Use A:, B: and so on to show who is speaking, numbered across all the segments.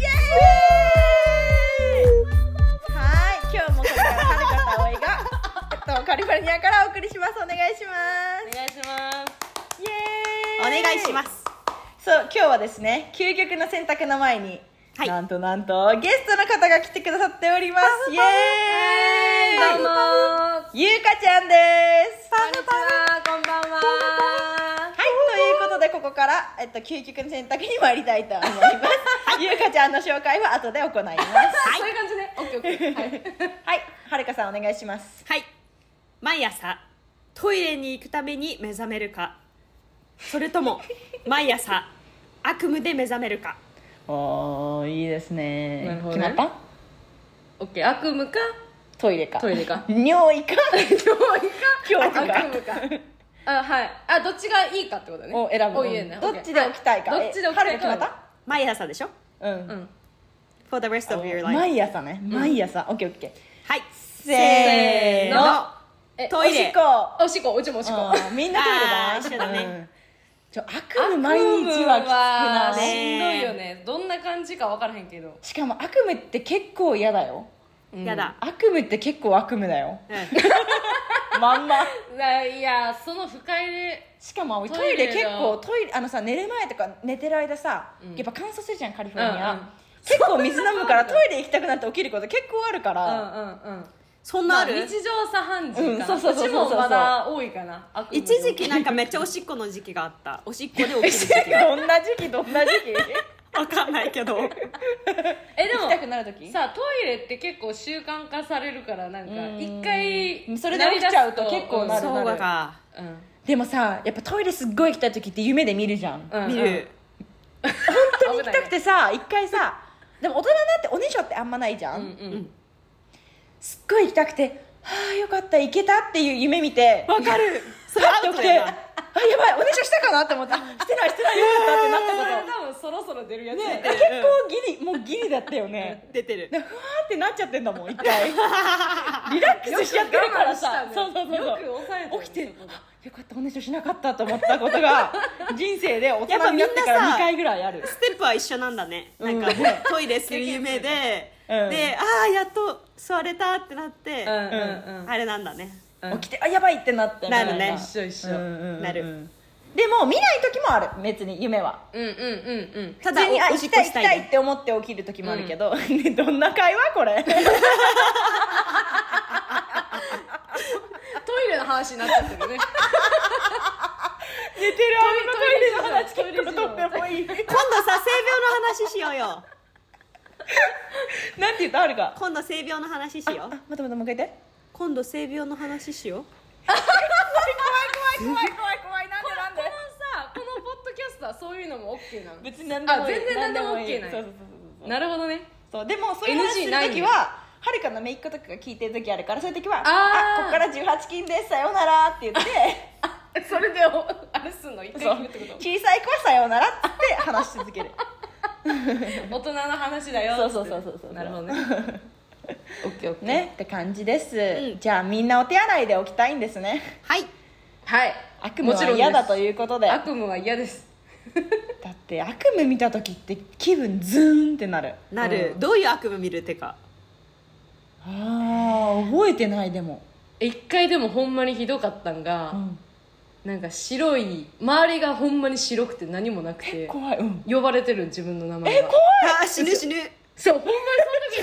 A: カリフォルニアからお送りしますお願いしま
B: お願いします
A: すイエ
C: お
A: ーイ
C: 願いします
A: そう今日はですね究極の選択の前に、
C: はい
A: なんとなんとゲストの方が来てくださっておりますイエーイ
B: どうも
A: ゆうかちゃんです
B: こんにちはこんばんは
A: はい、ということでここから、えっと、究極の選択に参りたいと思いま す、ゆうかちゃんの紹介は後で行います
B: はいそういう感じねオッケーオッケーはい
A: はい、はるかさんお願いします
C: はい毎朝トイレに行くために目覚めるかそれとも毎朝悪夢で目覚めるか
A: おーいいですね
B: なるほどね
A: 決まった
B: オッケー悪夢か
A: トイレか
B: トイレか
A: 尿意か
B: 恐
A: 恐
B: 怖
A: 怖
B: か
A: か
B: 悪夢かあはいあどっちがいいかってこと ね
A: を選ぶ
B: おいいえね
A: どっちで起きたいか、
B: はいどっちで起きたいか
A: はるか
C: 毎朝でしょ
A: 決まっ
B: う
A: たうん
B: ん
C: For the rest of your life
A: 毎朝ね毎朝、オッケーオッケー
C: はい
A: せーの
B: え
C: トイレ
A: おしっこ
B: おしっこうちもおしっこ
A: あーみんなトイレだ
C: あー一緒だね
A: うんちょ悪夢 毎日はきつくない
C: ね
B: しんどいよねどんな感じか分からへんけど
A: しかも悪夢って結構嫌だよ
C: やだ
A: 悪夢って結構悪夢だよ
C: うん
A: まんま
B: ないやその不快で
A: しかもト
B: トイ
A: イ
B: レ
A: レ
B: だ
A: 結構トイレあのさ寝る前とか寝てる間さ、
B: うん
A: やっぱ乾燥するじゃんカリフォルニア、
B: うんうん
A: 結構水飲むからトイレ行きたくなって起きること結構あるか
B: うんう
A: ら、
B: んうん
C: そん
B: ま
C: な
B: あ
C: ある、
B: 日常茶飯事
A: うん
B: か
A: そう
B: な
A: そううそう
B: ち
A: そうそう
B: もまだ多いかな悪夢
C: 一時期なんかめっちゃおしっこの時期があったおしっこで起きる時期
A: ど
C: が
A: んな時期どんな 時期
C: わかんないけど
B: えでも
A: 行きたくなる時
B: さあトイレって結構習慣化されるからなん
A: う
B: か
A: ん
B: 一回
A: それで起きちゃうと結構なる
C: そうか
A: でもさやっぱトイレすっごい行きたい時って夢で見るじゃん、本
B: うん
C: 見る、
A: 当に行きたくてさ一回さでも大人になっておねしょってあんまないじゃ、
B: うんんうん
A: すっごい行きたくてはあよかった行けたっていう夢見て
C: わかるそ
A: パ
C: れア
A: ッと
C: ウ
A: 起
C: ト
A: きて
C: や
A: あや
C: な
A: ばいおねしょしたかなって思ってあしてないしてないよかったってなっ
B: そ
A: た
B: れ
A: こと
B: は多分そろそろ出るやつだよ
A: 結構ギリもうギリだったよね
C: 出てる
A: でふわーってなっちゃってんだもん一 回リラックスしちゃってるからさ、
B: 我慢した
A: そ
B: ね
A: うそうそう
B: よく
A: そう
B: 抑えたよね
A: 起きてあよかったおねしょしなかったと思ったことが人生で大人になってか
C: やっぱ
A: ら
C: みんなさ
A: 2回ぐらいある
C: ステップは一緒なんだねなんか、
A: うん
C: トイレする夢で、
A: うん
C: でああやっと座れたってなって、
B: うんうん
C: あれなんだね
B: うん
A: 起きてあやばいってなって
C: なるね
B: 一緒一緒
A: う
B: うんん
A: うんうん
C: なる
A: でも見ない時もある別に夢は
B: うんうんうん
C: た
A: 普
C: だ
A: 通にあ
C: おお
A: 行
C: し
A: き
C: っこ
A: たい行
C: し
A: き
C: た
A: た
C: い
A: いって思って起きる時もあるけど、 ねどんな会話これ
B: トイレの話になっちゃって るね
A: 寝てるあのトイレの話結構とってもいいなんて
C: 今度さ性病の話しようよ
A: 言ったあるか
C: 今度性病の話しよ
A: あ
C: う
A: 待って待ってもう一回言って
C: 今度性病の話しよ
A: 怖い怖い怖い怖いなんでなん
B: このさこのポッドキャストはそういうのも OK なの
A: 別に何でもいい
B: あ全然何でも OK なんや
A: そうそうそうそう
B: なるほどね
A: そうでもそういう話す
B: NG
A: る
B: ないんや
A: 時ははるかのめいっ子とかが聞いてる時あるからそういう時は「
B: あー
A: あここから18金ですさようなら」って言って
B: それでおあれすんの一
A: そ
B: 回
A: う
B: 聞くってこと
A: 小さい子は「さようなら」って話し続け る
B: 大人の話だよ
A: そうそうそうそうそう
B: なるほ どねオッケーオッケー
A: ねって感じです、
C: うん
A: じゃあみんなお手洗いで起きたいんですね
C: うはい
B: はい
A: 悪夢は嫌だということで
B: 悪夢は嫌です
A: だって悪夢見た時って気分ズーンってなる
C: なる、
B: うん
C: どういう悪夢見るってか
A: あー覚えてないでも、
B: 一回でもほんまにひどかったんが、
A: うん
B: なんか白い周りがほんまに白くて何もなくて
A: 怖い、うん、
B: 呼ばれてる自分の名前が
C: あー死ぬ死ぬ
B: そうほんまに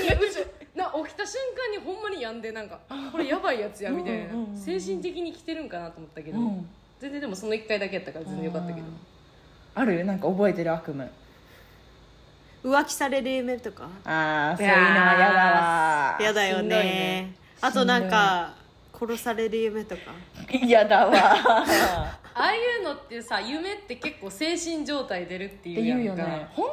B: その時にうちな起きた瞬間にほんまにやんでなんかこれやばいやつやみたいな
A: うんうんうん
B: 精神的に来てるんかなと思ったけど、
A: うん
B: 全然でもその一回だけやったから全然よかったけど
A: あるなんか覚えてる悪夢
C: 浮気される夢とか
A: ああそういうのは嫌だわ
C: やだよ
B: しん
C: ね
B: どいね
C: あとなんか殺される夢とか
A: 嫌だわ
B: ああいうのってさ夢って結構精神状態出るって
A: って
B: いうや
A: 言うんよ
B: か
A: ね本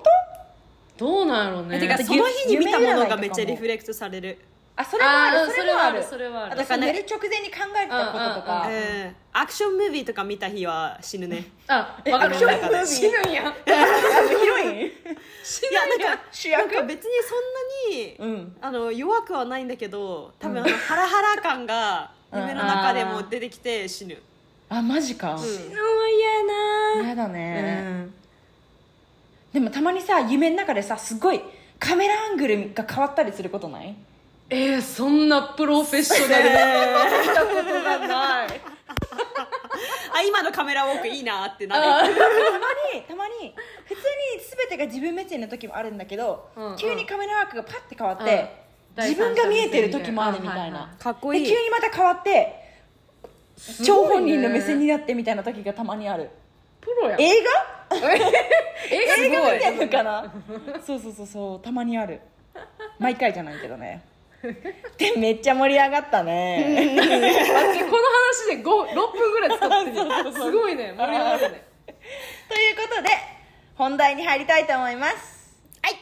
A: 当
B: どうなんやろうね
C: てかそ
A: ゆ
C: の日に見たものがめっちゃ
A: 夢占いとかも
C: リフレクトされる
A: あそれもあ
B: あ
A: る
B: ー
A: それもある
B: それはある
A: あと
C: それはある
A: 寝る直前に考えてたことと
B: あ
A: か
B: うん
C: うんアクションムービーとか見た日は死ぬね
B: あ分かる
C: あの 中
A: で
B: 死 ぬんや
A: ヒロイン
C: いやなんか
A: 主
C: なん
A: 役
C: か別にそんなに、
A: うん
C: あの弱くはないんだけど多分あのハラハラ感が
A: うん
C: 夢の中でも出てきて死ぬ、
A: あマジか
C: うん
B: のは
A: 嫌だ
B: 嫌な
A: ねでもたまにさ夢の中でさすごいカメラアングルが変わったりすることない
B: えー、そんなプロフェッショナルな
A: 見たことがない
C: あ今のカメラウォークいいなってなる
B: あ
A: たまにたまに普通に全てが自分目線の時もあるんだけど、
B: うんうん
A: 急にカメラワークがパッて変わっ
B: うん
A: て、自分が見えてる時もあるみたいな、
C: かっこ
A: で
C: いい
A: 急にまた変わって
B: すごい
A: 張
B: ね
A: 本人の目線になってみたいな時がたまにある
B: プロやん
A: 映
B: 映
A: 画映画見
B: す
A: てんのかなそうそうそうそうたまにある毎回じゃないけどねでめっちゃ盛り上がったね
B: ごいこの話で五六分ぐらい使ってるよすごいね盛り上がるね
A: ということで本題に入りたいと思います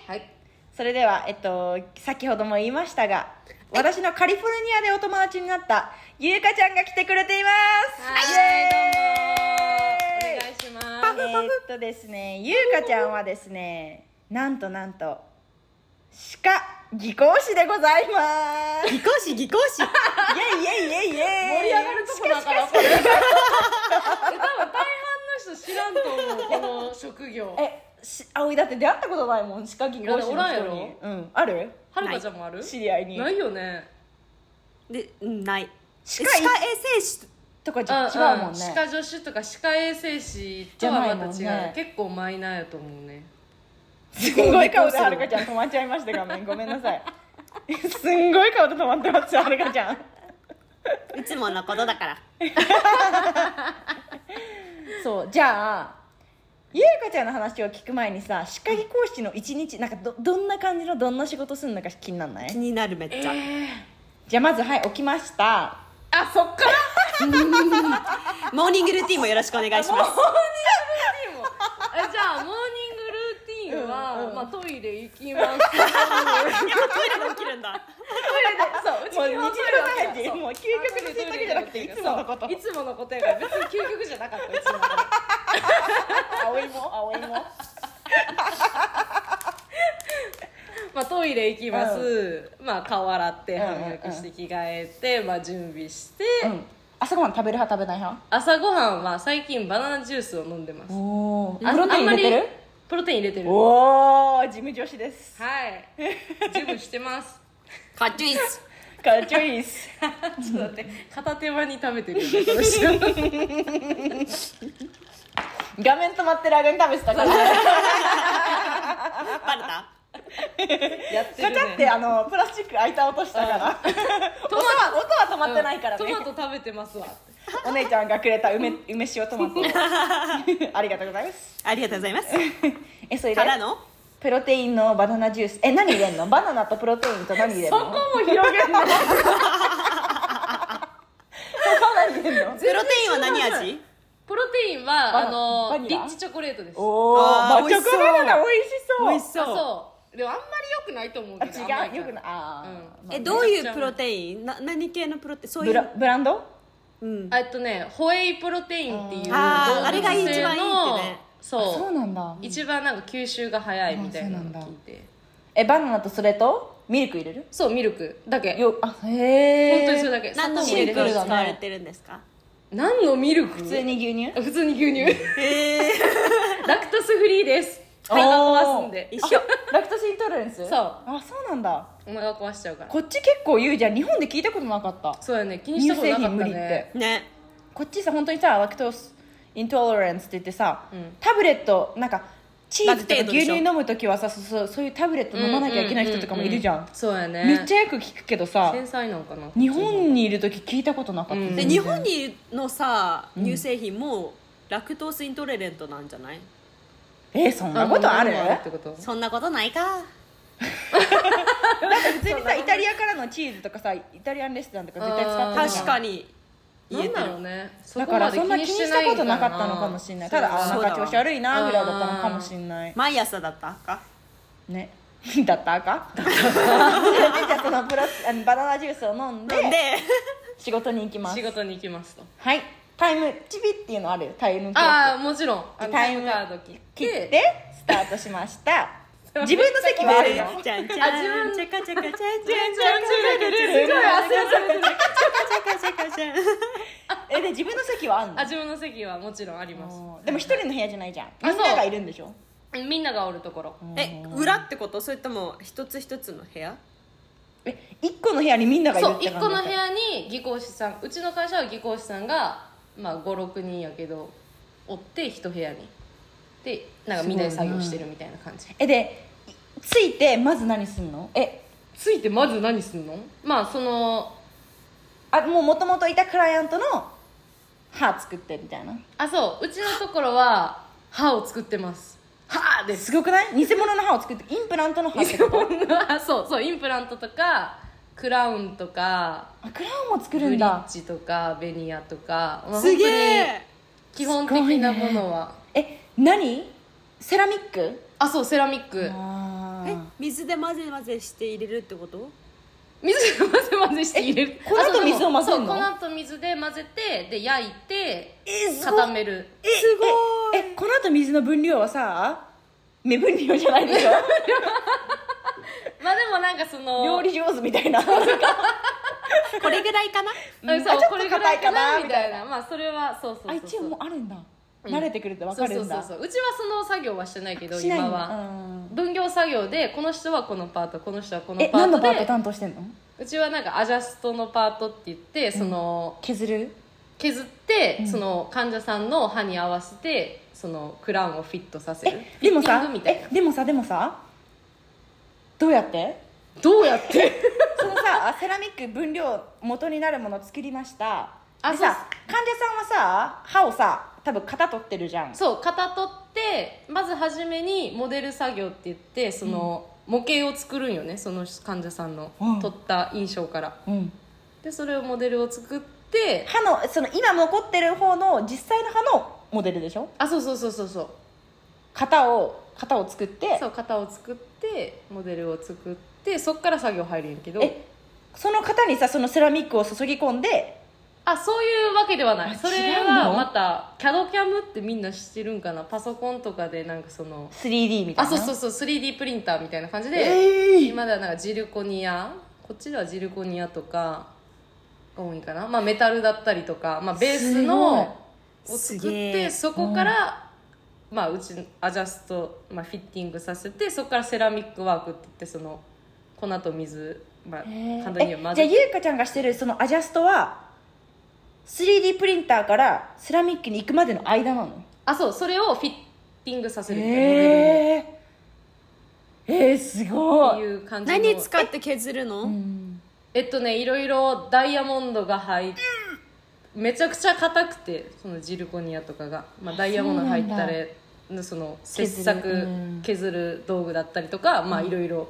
B: はい
A: それでは、えっと、先ほども言いましたが私のカリフォルニアでお友達になったゆうかちゃんが来てくれていますイエーイ
B: お願いしま
A: えーっとですね、ゆうかちゃんはですね、なんとなんと、鹿技工士でございま
C: 技工士技工士
A: す。イェイイェイイェイイェイ
B: 盛り上がるとこ だからこれ多分大半の人知らんと思うこの職業
A: え、し、葵だって出会ったことないもん、鹿技工士の人に。
B: いやおらんやろ
A: うん、ある
B: はるかちゃんもある
A: 知り合いに。
B: ないよね
C: でうんない
A: 歯
C: 歯
A: 科
C: 科
A: 医
C: 衛生士
A: とかじ
B: あ
A: ゃ違うもん
B: あ
A: ね
B: 歯。科助手とか歯科衛生士とはまた違う、
A: じゃないもんね
B: 結構マイナーやと思うね
A: すんごい顔ではるかちゃん止まっちゃいました、画面。ごめんなさい。すんごい顔で止まってますよ、はるかちゃん。
C: いつものことだから
A: そうじゃあゆうかちゃんの話を聞く前にさ歯科技講師の一日なんかどどんな感じのどんな仕事するのか気にならな
C: 気
A: い
C: になるめっちゃ、
A: じゃあまずはい起きました
B: あそっから
C: モーニングルーティンもよろしくお願 いします
B: えじゃあモーニングルーティーンは、
A: うんうん
B: まあ、トイレ行 きます
C: いやトイレで起きるんだ
B: そううち
A: もう日
B: 基
A: 常
B: 本トイレ
A: 会
B: だけ
A: 議
B: ど
A: もう究極の選択じゃなくていつものこと
B: そういつものことやから別に 究極じゃなかったうちのこと
A: 葵も葵も
B: まあ、トイレ行きます、まあ顔洗って
A: うんうんうん
B: 歯磨きして着替えて、まあ、準備して、
A: うん朝ごはん食べる派食べない派
B: 朝ごはんは最近バナナジュースを飲んでます
A: おおプ
B: あ
A: ロテイン入れて
B: あん
A: る
B: まりプロテイン入れてるは
A: おおジム女子です
B: い 準備してます
C: かっちょいいっす
A: かっちょいいっす
B: ちょっと待って片手間に食べてるよねこの人
A: 画面止まってる間に食べてたから
C: バレた
B: やってる
A: ガチャって
B: ね
A: あのプラスチック開いた音したから音は音は止まってないからね
B: うんトマト食べてますわ
A: お姉ちゃんがくれた梅梅塩トマトありがとうございます
C: ありがとうございます
A: えそれで
C: からの
A: プロテインのバナナジュースえ何入れんのバナナとプロテインと何入れん のそこも広げんの何入れんの
C: プロテインは何味
B: プロテイン
A: バ
B: は
A: ナ
B: あの
A: バニ
B: リ
A: ラ
B: ッチチョコレートですあ
A: おお
C: あー
A: 抹
C: 美
A: 茶
C: 味し
A: コ
C: そう
A: バナナ美味しそう
C: 美味しそう
B: そうでもあんまり良くないと思うけど
A: あ
B: 甘い
A: 違う
B: から
A: よくないあー、
C: えどういうプロテインな何系のプロテインそうい
A: ブラ
C: う
A: ブランド
C: うん
B: えっとねホエイプロテインっていう動物性の
C: あーあれが一番いいってね
A: あ
B: そう
A: そうなんだ
B: 一番なんか吸収が早いみたいな
A: あ
B: の
A: そうなんだ
B: 聞いて
A: えバナナとそれとミルク入れる
B: そうミルクだけ本
A: よあへえ
B: 当にそれだけ砂
C: 何
B: 糖
C: の
B: も
C: シ
B: 入
C: ル
B: れ
C: ク
B: てな
C: ル
B: い
A: シ
C: 使われてるんですか
B: 何のミル
A: 普
B: ク
A: 通に牛 乳
B: 普通に牛乳
C: ええ
B: ラクトスフリーですお
A: おー
B: 腹壊すんで
C: 一緒
A: ラクトスイントロレンス
B: そう
A: あそうなんだ
B: お腹壊しちゃうから
A: こっち結構言うじゃん日本で聞いたことなかった
B: そうやね気にし
A: 乳
B: た
A: 製
B: ことなか
A: 品無
B: った
A: 理って
B: ね
C: ね
A: こっちさ本当にさラクトスイントロレンスって言ってさ、
B: うん
A: タブレットなんかチーズとか
C: ラクテードで
A: 牛
C: しょ
A: 乳飲む時はさそうそうそういうタブレット飲まなきゃいけない人とかもいるじゃん,、
B: ううううそうやね
A: めっちゃよく聞くけどさ
B: 繊細なんかな
A: 日本にいる時聞いたことなかった、
B: うん
C: で
A: 全然
C: 日本にのさ乳製品もラクトースイントレレントなんじゃない
A: えそんなことある
B: んなのってこと
C: そんなことないか
A: 普通にさイタリアからのチーズとかさイタリアンレストランとか絶対使ってるじゃ
C: 確
A: ん
C: かに
B: な
C: 言え
B: ん
C: て
B: だろ
C: る
B: うねそ
A: だ
B: こ
A: か
B: ま
A: ら
B: で
A: そんな気にしたことなかったのかもしれないただあ
C: そ
A: な
C: うんだ
A: か
C: わ
A: 調子悪いなぐらいだったのかもしれない
C: 毎朝だったか
A: ね だったらあか んじゃあそのプラスあのバナナジュースを飲んで
C: で
A: 仕事に行きます
B: 仕事に行きますと
A: はいタイムチビっていうのあるよタイムキ
B: あ
A: ー
B: あもちろんあの
A: タ
B: タ
A: イ
B: イ
A: ム
B: ムカード切っ
A: 切っててスタートしました自分の席はあるの
C: じゃんじゃん
B: あ自分
C: ちゃかちゃかちゃんちゃんちゃ
B: すごい焦ってる
C: かちゃかちゃんちゃかちゃん
A: えで自分の席はあるの
B: あ自分の席はもちろんあります
A: おーでも一人の部屋じゃないじゃん
B: あ
A: みんなが
B: そう
A: いるんでしょ
B: みんながおるところ
C: え裏ってことそれとも一つ一つの部屋
A: え一個の部屋にみんながいる
B: そう
A: って
B: 1
A: 感じ
B: 個の部屋に技工士さんうちの会社は技工士さんが、まあ、56人やけどおって1部屋にでなんかみんなで作業してるみたいな感じ
A: えでいついてまず何すんのえ
B: ついてまず何すんのまあその
A: あもうもともといたクライアントの歯作ってみたいな
B: あそううちのところは歯を作っ てます歯です
A: すごくない偽物の歯を作ってインプラントの歯ってこと
B: あそうそうインプラントとかクラウンとか
A: あクラウンも作
B: ブ
A: る
B: リ
A: んだ
B: ッジとかベニヤとか、まあ
C: すげ
B: 本
C: え
B: 当に基本的なものは、
A: え何セラミック
B: あそうセラミック
A: あ
C: え水で混ぜ混ぜして入れるってこと
B: 水で混ぜ混ぜして入れる
A: え粉と
B: あそう
A: 水を混ぜるの
B: そう粉と水で混ぜてで焼いて
A: えすごい
B: 固める
A: え
C: すごい
A: ええこの後水の分量はさ目分量じゃないで しょ
B: まあでもなんかその
A: 料理上手みたいな
C: これぐらいかな
B: うん
A: あ
B: そう
A: ちょっと
B: これぐらい
A: 硬
B: か
A: いかな
B: なみたいなまあそれはそうそうそ
A: あ
B: う
A: 一応もうあるんだ慣れてくるって分
B: そ
A: か
B: うそ
A: る
B: うんそ
A: だ
B: うそううちはその作業はしてないけど
A: しない
B: 今
A: んだ
B: は
A: うん
B: 分業作業でこの人はこのパートこの人はこの
A: え
B: パ
A: 何
B: ート
A: の
B: で
A: パート担当してんの
B: うちはなんかアジャストのパートって言ってその、
A: 削る
B: 削って、
A: うん
B: その患者さんの歯に合わせてそのクラウンをフィットさせる
A: えでも
B: フィッティ
A: さ
B: ングみたいな
A: えでもさでもさどうやって
B: どうやって
A: そのさあセラミック分量元になるもの作りました
B: あ
A: で
B: そう
A: さ患者さんはさ歯をさ多分型取ってるじゃん
B: そう型取ってまず初めにモデル作業って言ってその、模型を作るんよねその患者さんの、
A: うん
B: 取った印象から
A: うん、
B: でそれをモデルを作って
A: 歯のその今残ってる方の実際の歯のモデルでしょ
B: あそうそうそうそうそう
A: 型を型を作って
B: そう型を作ってモデルを作ってそっから作業入るんやけど
A: えその型にさそのセラミックを注ぎ込んで
B: あそういうわけではな
A: あ
B: いそれ
A: 違うの
B: はまた CADCAM ってみんな知ってるんかなパソコンとかでなんかその
A: 3D みたい
B: あ
A: な
B: そうそう
A: う
B: そう 3D プリンターみたいな感じで、
A: え ー、
B: 今ではなんかジルコニアこっちではジルコニアとかが多いかな、まあ、メタルだったりとか、まあ、ベースのを
C: す
B: 作っ
C: ごいすげえ
B: てそこから、まあ、うちアジャスト、まあ、フィッティングさせてそこからセラミックワークって言ってその粉と水、まあ、
A: え
B: 簡単には混
A: じゃあ
B: ぜて
A: ゆうかちゃんがしてるそのアジャストは 3D プリンターからセラミックに行くまでの間なの
B: あそうそれをフィッティングさせるみたいなモデルに
A: えー、えー、すご
B: って
A: い、
B: いう感じの
C: 何使って削るの、
A: うん、
B: えっとねいろいろダイヤモンドが入って、めちゃくちゃ硬くてそのジルコニアとかが、まあ、ダイヤモンドが入ったりその切削
A: 削る
B: 削
A: うん
B: る道具だったりとか、まあいろいろ、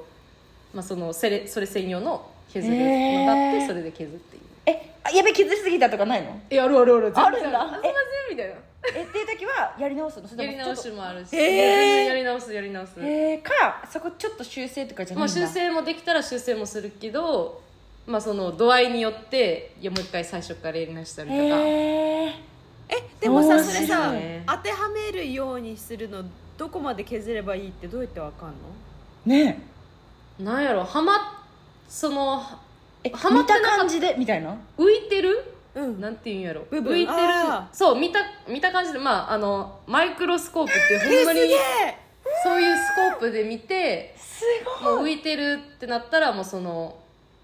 B: まあ、そのセレそれ専用の削るのがあって、
A: へー
B: それで削っている
A: えあやべ削りすぎたとかないの
B: えあるあるある
A: あるんだ
B: あすいませんみたいな
A: えっていう時はやり直すのそ
B: や
A: れ
B: り
A: とも
B: 直
A: ち
B: し
A: ょっ
B: もあるし、
A: へー
B: 全然やり直すやり直す、
A: とえー、かそこちょっと修正とかじゃ
B: ま
A: ない
B: あ、
A: んだ
B: 修正もできたら修正もするけど、まあ、その度合いによっていやもう一回最初からやり直したりとか、
A: えー
C: えでもさ
A: 面
C: そ
A: 白
C: れ
A: い
C: さ
B: ね
C: 当てはめるようにするのどこまで削ればいいってどうやってわかんの
A: ね
B: なんやろはまその
A: ええ
B: はま
A: 見
B: って
A: た
B: なかった
A: 感じでみたいな
B: 浮いてる
C: うん
B: なんていうんやろ
C: 部分
B: 浮いてる
C: あー
B: そう見た見た感じでまああのマイクロスコープっていうほんまに
C: すげえ
B: そういうスコープで見て
A: す
B: もう
A: い
B: 浮いてるってなったらもうその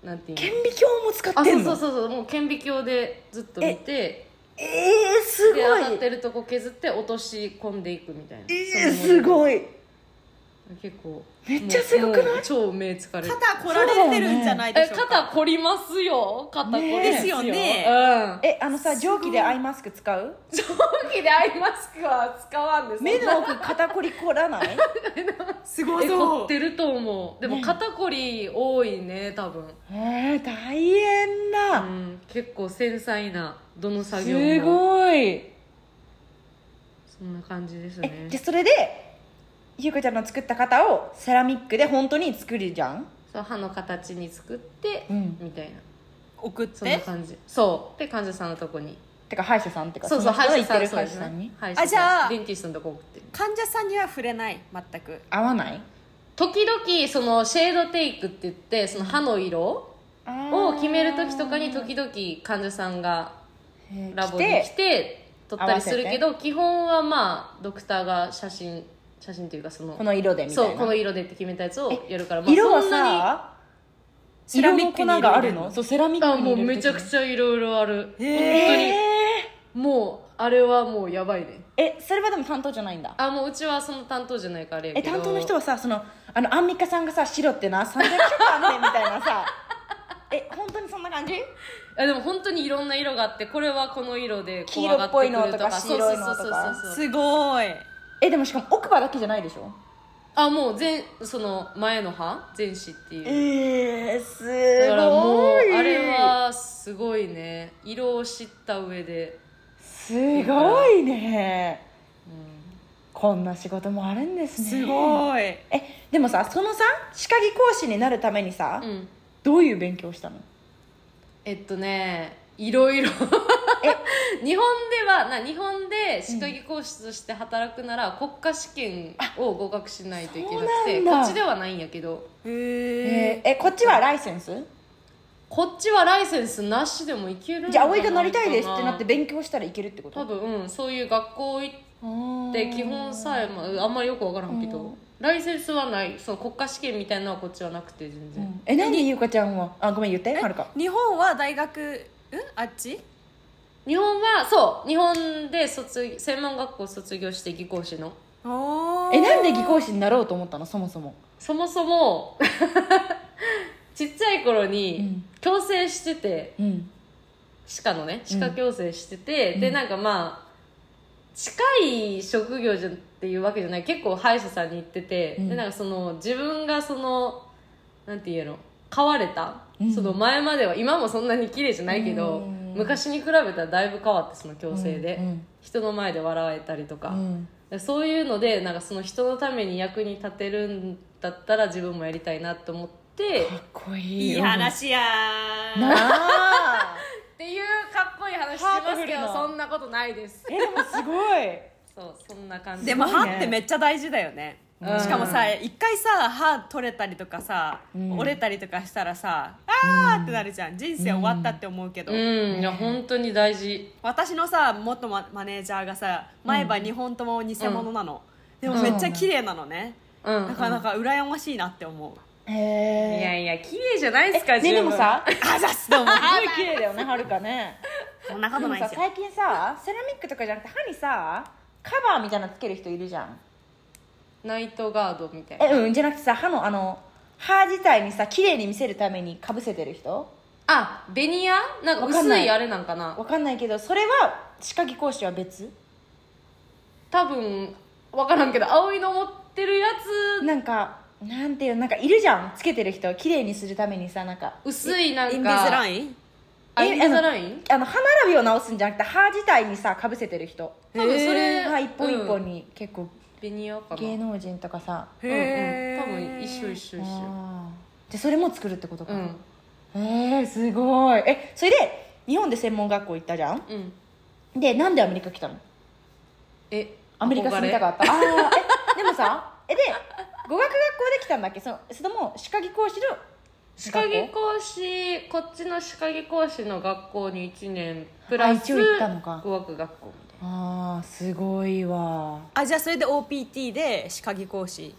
B: なんていうん
A: 顕微鏡も使
B: あ
A: って
B: そうんそう
A: の
B: そうそうもう顕微鏡でずっと見て
A: ええー、す
B: で当たっ
A: ごい
B: てるとこ削って落とし込んでいくみたいな
A: えー、
B: その
A: す
B: もの
A: ごい
B: 結構
A: めっちゃすごくない
B: もう超目疲れる
C: 肩凝られてるんじゃないで
B: え
C: しょうか
B: 肩凝りますよ肩凝り
A: ねえです
C: よね
B: うん
A: えあのさ蒸気でアイマスク使う
B: 蒸気でアイマスクは使わんです
A: 目の奥肩こり凝らない
C: すご
B: え凝
C: そ
B: っ
C: う
B: てると思うでも
A: ね
B: 肩こり多いね多分、
A: えー、大変
B: う
A: だ、
B: ん、結構繊細などの作業も
A: すごい
B: そんな感じです
A: え
B: ね
A: じゃあそれでゆうかちゃんの作った型をセラミックで本当に作るじゃん
B: そう歯の形に作って、
A: うん
B: みたいな
C: 送っ
B: そんな
C: て
B: 感じそうで患者さんのとこに
A: てか歯医者さんってか
B: そうそう
A: の
B: 歯
A: 人が
B: 医
A: 行
B: 者
A: って
B: さ
A: る
B: んそう
A: 歯医者
B: です
A: さんに
B: ね歯医者
C: あじゃ
B: さ
C: あ
B: んデンティストのとこ送ってる
C: 患者さんには触れない全く
A: 合わない
B: 時々そのシェードテイクって言ってその歯の色を決める時とかに時々患者さんがラボに来て撮ったりするけど基本はまあドクターが写真写真というかその
A: この色でみたいな
B: そうこの色でって決めたやつをやるから、まあ、
A: 色は
B: そんなに
A: さ
C: セラ
A: 色
C: ミ
A: の
C: ック
A: 粉
C: に
A: があるのそうセラミッ
B: あ
A: クに
B: もう
A: 入れる
B: めちゃく
A: ゃ
B: ちゃいろいろある、
A: え
C: へ
B: 本当にもうあれはもうやばいね
A: ー、えそれはでも担当じゃないんだ
B: あもううちはその担当じゃないからあれや
A: え
B: けど
A: 担当の人はさそのあのアンミカさんがさ白ってな300色あんねんみたいな さえ本当にそんな感じ
B: あでも本当にいろんな色があってこれはこの色でこう
A: 黄色っぽいのとか
B: 上がてくる
A: 白いのとか
B: そうそうそうそうそう
C: すごい
A: えでもしかも奥歯だけじゃないでしょ
B: あもう全その前の歯前歯っていう、
A: えー、すごい
B: だからもうあれはすごいね色を知った上で、
A: すごいねこんな仕事もあるんですね
C: すごい
A: えでもさそのさ歯科技講師になるためにさ、
B: うんうん、
A: どういう勉強をしたの
B: えっとねいろいろ 日本ではな日本で歯科技講師として働くなら、国家試験を合格しないといけなくて
A: そうなんだ
B: こっちではないんやけど
A: え
C: へえ
A: ーえこっちはライセンス、
B: こっちはライセンスなしでもいけるん
A: じゃあ
B: じ
A: 葵
B: ゃ
A: がなりたいですってなって
B: か
A: 勉強したらいけるってこと
B: 多分、うん、そういう学校行っ
A: で
B: て基本さえもあんまりよくわからんけど、
A: うん
B: ライセンスはないその国家試験みたいなのはこっちはなくて全然、
A: えなんで優香ちゃんはあごめん言ってはるか
C: 日本は大学うんあっち
B: 日本はそう日本で卒専門学校卒業して技工士の
C: おー
A: えなんで技工士になろうと思ったのそもそも
B: そもそもちっちゃい頃
A: う
B: に
A: ん
B: 矯正してて
A: うん
B: 歯科のね
A: う
B: 歯
A: ん
B: 科矯正してて、でなんかまあ近い職業じゃっていうわけじゃない結構歯医者さんに行ってて、
A: うん
B: でなんかその自分がそのなんて言うの飼われた、
A: うん
B: その前までは今もそんなに綺麗じゃないけど、
A: うん
B: 昔に比べたらだいぶ変わってその矯正で、
A: うん
B: 人の前で笑えたりとか、
A: うん
B: そういうのでなんかその人のために役に立てるんだったら自分もやりたいなと思って
A: かっこいい
C: いい話やー
A: なあ
B: っていうかっこいい話し
A: ハートフルな
B: なことないです
A: えでもすごい
B: そうそんな感じ
C: でも
A: すごいね
C: 歯ってめっちゃ大事だよね、
B: うん
C: しかもさ一回さ歯取れたりとかさ、
A: ん
C: 折れたりとかしたらさあーってなるじゃん人生終わったって思うけど、
B: うんいや本当に大事
C: 私のさ元ママネージャーがさ前歯2本とも偽物なの、でもめっちゃ綺麗なのね、
B: うん
C: なかなか羨ましいなって思う、
A: へ
B: い
A: え
B: やいや綺麗じゃないですか
A: ねでも さす
C: あざっすどうも
A: ごい綺麗だよねはるかね
C: そんなこ
A: で
C: と
A: も
C: ないで
A: さ
C: すよ
A: 最近さセラミックとかじゃなくて歯にさカバーみたいなのつける人いるじゃん
B: ナイトガードみたいな
A: えうんじゃなくてさ歯のあの歯自体にさ綺麗に見せるためにかぶせてる人
B: あベニヤなんか
A: わかん
B: 薄
A: ない
B: いあれなんかな
A: わかんないけどそれは歯科技講師は別
B: 多分わからんけど葵の持ってるやつ
A: なんかなんていうなんかいるじゃんつけてる人綺麗にするためにさなんか
B: 薄いなんか
C: インビズライン
B: あインビズ
A: えあの
B: ライン
A: あの歯並びを直すんじゃなくて歯自体にさかぶせてる人
B: 多分それ
A: 歯一本一
B: う
A: 本
B: ん
A: に結構
B: ベニヤかな
A: 芸能人とかさ、
B: うんうん多分一緒一緒
A: あ
B: 一緒
A: ーじゃあそれも作るってことか、
B: う
A: へ
B: ん
A: えすごいえそれで日本で専門学校行ったじゃん
B: うん
A: でなんでアメリカ来たの
B: え
A: アメリカ住みたか
B: っ
A: ったああーえでもさえで語学学校で来たんだっけそのそれとも歯科技講師の
B: 歯科
A: 学校
B: 技講師こっちの歯科技講師の学校に1年プ
A: あ
B: ラス
A: 一応行ったのか
B: 語学学校みたいな
A: ああすごいわ
C: あじゃあそれで OPT で歯科技講師